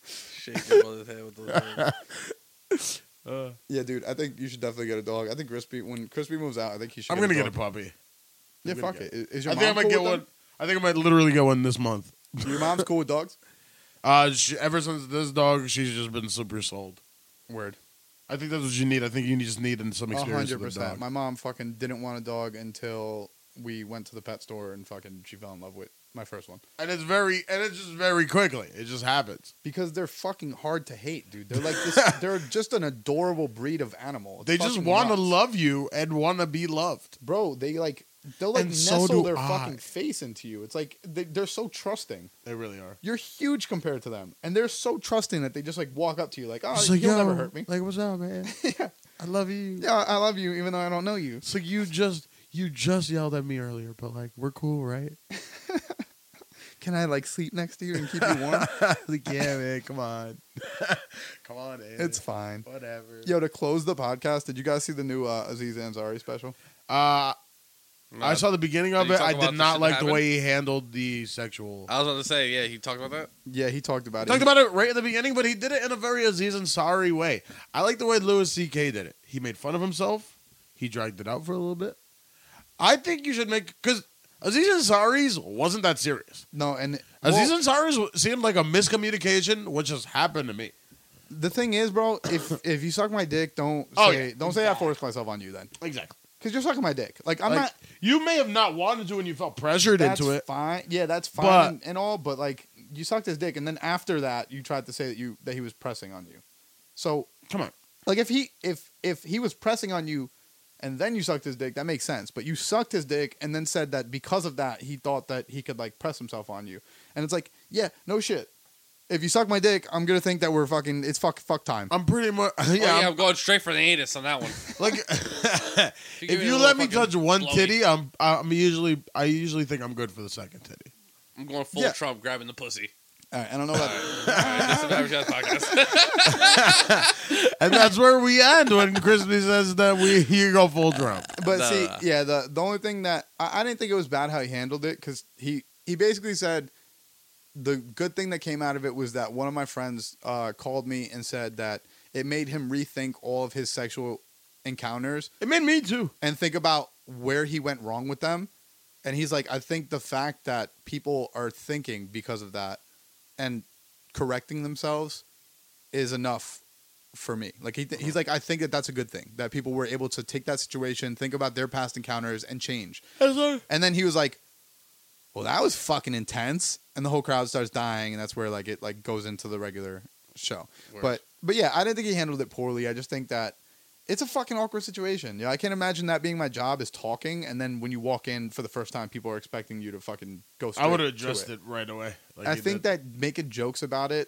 Shake your mother's head with those words. Yeah, dude. I think you should definitely get a dog. I think Crispy when Crispy moves out, I think he should. I'm gonna get a dog. puppy. Yeah, I'm gonna fuck get it. Is, is I your think I mom might cool get with one. I think I might literally get one this month. them? Your mom's cool with dogs. Uh, she, ever since this dog, she's just been super sold. Word. I think that's what you need. I think you just need some A experience hundred with a dog. percent. My mom fucking didn't want a dog until we went to the pet store and fucking she fell in love with my first one and it's very, and it's just very quickly. It just happens. because they're fucking hard to hate, dude. They're like this. they're just an adorable breed of animal. It's They just fucking want to nuts. love you and want to be loved. bro. They like they'll like And so nestle do their I. fucking face into you. It's like they, they're so trusting. They really are. You're huge compared to them, and they're so trusting that they just like walk up to you like, oh, It's you'll yo, never hurt me. Like, what's up, man? I love you. yeah, I love you, even though I don't know you. It's like you just, you just yelled at me earlier, but like, we're cool, right? Can I like sleep next to you and keep you warm? like, yeah, man. Come on, come on, man. it's fine. whatever. Yo, to close the podcast, did you guys see the new uh, Aziz Ansari special? Uh, I Nah, saw the beginning of Did he it. talk I about did the not shit that like the happened? way he handled the sexual. I was about to say, yeah, he talked about that. Yeah, he talked about talked it. about it right at the beginning, but he did it in a very Aziz Ansari way. I like the way Louis C.K. did it. He made fun of himself. He dragged it out for a little bit. I think you should make because Aziz Ansari's wasn't that serious. no, and well, Aziz Ansari's w- seemed like a miscommunication, which just happened to me. the thing is, bro, if if you suck my dick, don't say Oh, yeah. don't say I forced myself on you then, Exactly. because you're sucking my dick. Like I'm Like, not You may have not wanted to, and you felt pressured that's into it. Fine, yeah, that's fine But- and, and all, but like you sucked his dick, and then after that, you tried to say that you that he was pressing on you. So Come on. like if he if if he was pressing on you and then you sucked his dick that makes sense but you sucked his dick and then said that because of that he thought that he could like press himself on you and it's like yeah no shit if you suck my dick i'm gonna think that we're fucking it's fuck fuck time I'm pretty much yeah. Yeah, oh, yeah I'm- I'm going straight for the anus on that one. like If you, give if me a you little let me fucking touch one blowy, titty, I'm I'm usually I usually think I'm good for the second titty. I'm going full Yeah. Trump, grabbing the pussy. all right i don't know about All right, that's the Garbage House podcast. And that's where we end when Crispy says that we you go full drum. but Nah. see yeah the the only thing that I, I didn't think it was bad how he handled it because he he basically said the good thing that came out of it was that one of my friends uh, called me and said that it made him rethink all of his sexual encounters It made me too. and think about where he went wrong with them. And he's like, I think the fact that people are thinking because of that and correcting themselves is enough for me. Like he th- he's like, I think that that's a good thing that people were able to take that situation, think about their past encounters, and change. And then he was like, Well, that was fucking intense. And the whole crowd starts dying, and that's where like it like goes into the regular show. Word. But but yeah, I didn't think he handled it poorly. I just think that it's a fucking awkward situation. Yeah, I can't imagine that being my job is talking, and then when you walk in for the first time, people are expecting you to fucking go. Straight I would have to addressed it. right away. Like I he think did. that making jokes about it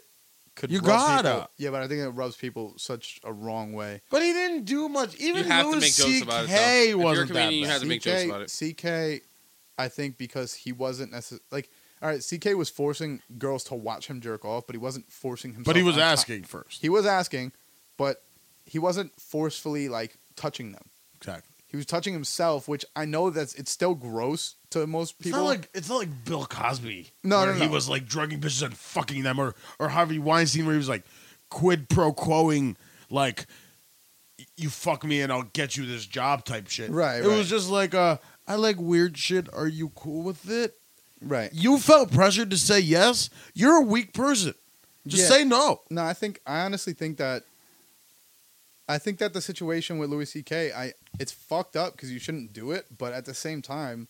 could You rub gotta. people- yeah, but I think it rubs people such a wrong way. but he didn't do much. Even you have to Louis make jokes about it. though. C.K. If you're a wasn't that comedian, you have bad. to make jokes about it. CK, I think because he wasn't necessarily like. All right, CK was forcing girls to watch him jerk off, but he wasn't forcing himself. But he was on top. asking first. He was asking, but he wasn't forcefully like touching them. Exactly. He was touching himself, which I know that's it's still gross to most It's people. not like it's not like Bill Cosby. No, where no, he no. was like drugging bitches and fucking them, or or Harvey Weinstein, where he was like quid pro quoing, like you fuck me and I'll get you this job type shit. Right, It right. was just like uh, I like weird shit. Are you cool with it? right. You felt pressured to say yes. You're a weak person. Just Yeah. say no. No, I think I honestly think that I think that the situation with Louis C.K. I it's fucked up because you shouldn't do it, but at the same time,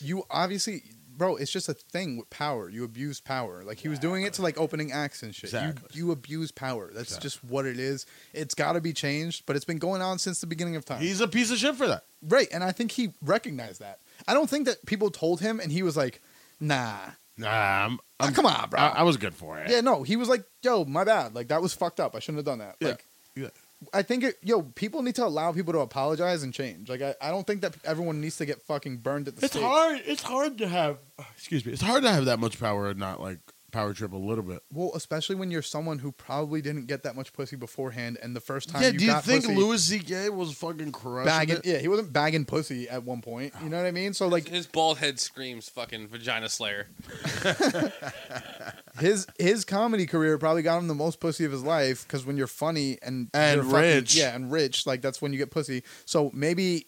you obviously, bro, it's just a thing with power. You abuse power. Like he was doing it to like opening acts and shit. Exactly. You you abuse power. That's just what it is. It's got to be changed, but it's been going on since the beginning of time. He's a piece of shit for that. right, and I think he recognized that. I don't think that people told him, and he was like, "Nah, Nah, I'm, Ah, come on, bro." I, I was good for it. yeah, no, he was like, "Yo, my bad. Like that was fucked up. I shouldn't have done that." Yeah. Like Yeah. I think it, yo, people need to allow people to apologize and change. Like I, I don't think that everyone needs to get fucking burned at the It's stake. hard. It's hard to have. Excuse me. It's hard to have that much power and not like power trip a little bit. Well, especially when you're someone who probably didn't get that much pussy beforehand, and the first time Yeah. you do you got think pussy, Louis C.K. was fucking crushing bagging, it? yeah, he wasn't bagging pussy at one point. You know what I mean? So like His bald head screams "fucking vagina slayer." his his comedy career probably got him the most pussy of his life because when you're funny and And you're fucking- rich. yeah, and rich, like that's when you get pussy. So maybe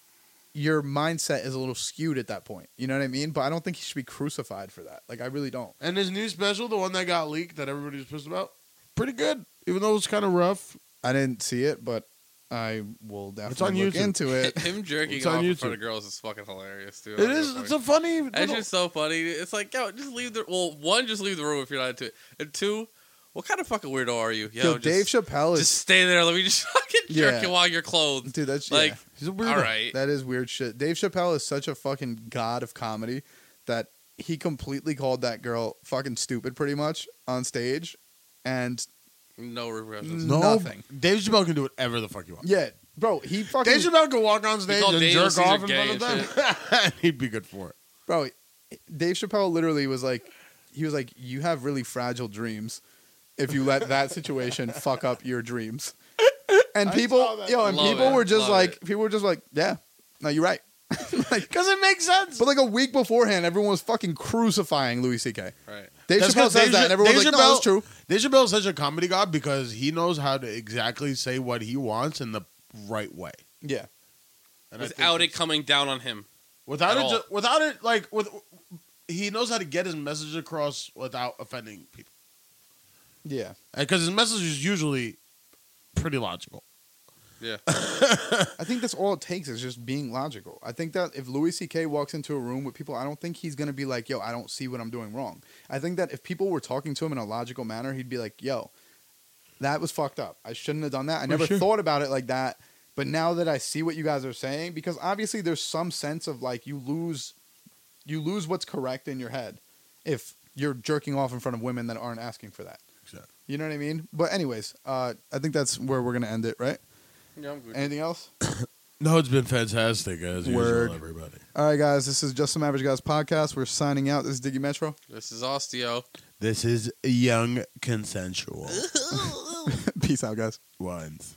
your mindset is a little skewed at that point. You know what I mean? But I don't think he should be crucified for that. Like I really don't. And his new special, the one that got leaked that everybody was pissed about, pretty good. Even though it was kind of rough. I didn't see it, but I will definitely on look YouTube. into it. Him jerking It's off on in front YouTube. of girls is fucking hilarious, dude. It is. It's a funny. That's little- just so funny. It's like, yo, just leave the well. One, just leave the room if you're not into it. And two, what kind of fucking weirdo are you? Yo, Yo, just, Dave Chappelle is just stay there. Let me just fucking jerk Yeah. you while you're clothed. dude. That's Like, yeah. He's a all weirdo. right, That is weird shit. Dave Chappelle is such a fucking god of comedy that he completely called that girl fucking stupid pretty much on stage. And no repercussions. No, Nothing. Dave Chappelle can do whatever the fuck he wants. yeah, bro, he fucking Dave Chappelle can walk on stage called and Daniel jerk Caesar off in gay front of them. He'd be good for it. bro, Dave Chappelle literally was like he was like you have really fragile dreams if you let that situation fuck up your dreams. And I people saw that. yo, and Love people it. were just Love like it. people were just like, yeah. No, you're right. Because it makes sense. But like a week beforehand, everyone was fucking crucifying Louis C.K. Right. Dave That's Chappelle 'cause says Dave that, Cha- and everyone's Dave like, "No, it's Chappelle- true." Dave Chappelle's such a comedy god because he knows how to exactly say what he wants in the right way. Yeah, And I think Without it that's- coming down on him. without at it, all. ju- without it, like with, he knows how to get his message across without offending people, yeah. because his message is usually pretty logical. Yeah. I think that's all it takes is just being logical. I think that if Louis C.K. walks into a room with people, I don't think he's gonna be like, "Yo, I don't see what I'm doing wrong." I think that if people were talking to him in a logical manner, he'd be like, "Yo, that was fucked up. I shouldn't have done that. I never sure. thought about it like that." But now that I see what you guys are saying, because obviously there's some sense of like you lose, you lose what's correct in your head if you're jerking off in front of women that aren't asking for that. Exactly. You know what I mean? But anyways, uh, I think that's where we're gonna end it, right? Yeah, I'm good. Anything else? No, it's been fantastic as Word. usual, everybody. All right, guys, this is Just Some Average Guys podcast. We're signing out. This is Diggy Metro. This is Osteo. This is young consensual Peace out, guys. ones.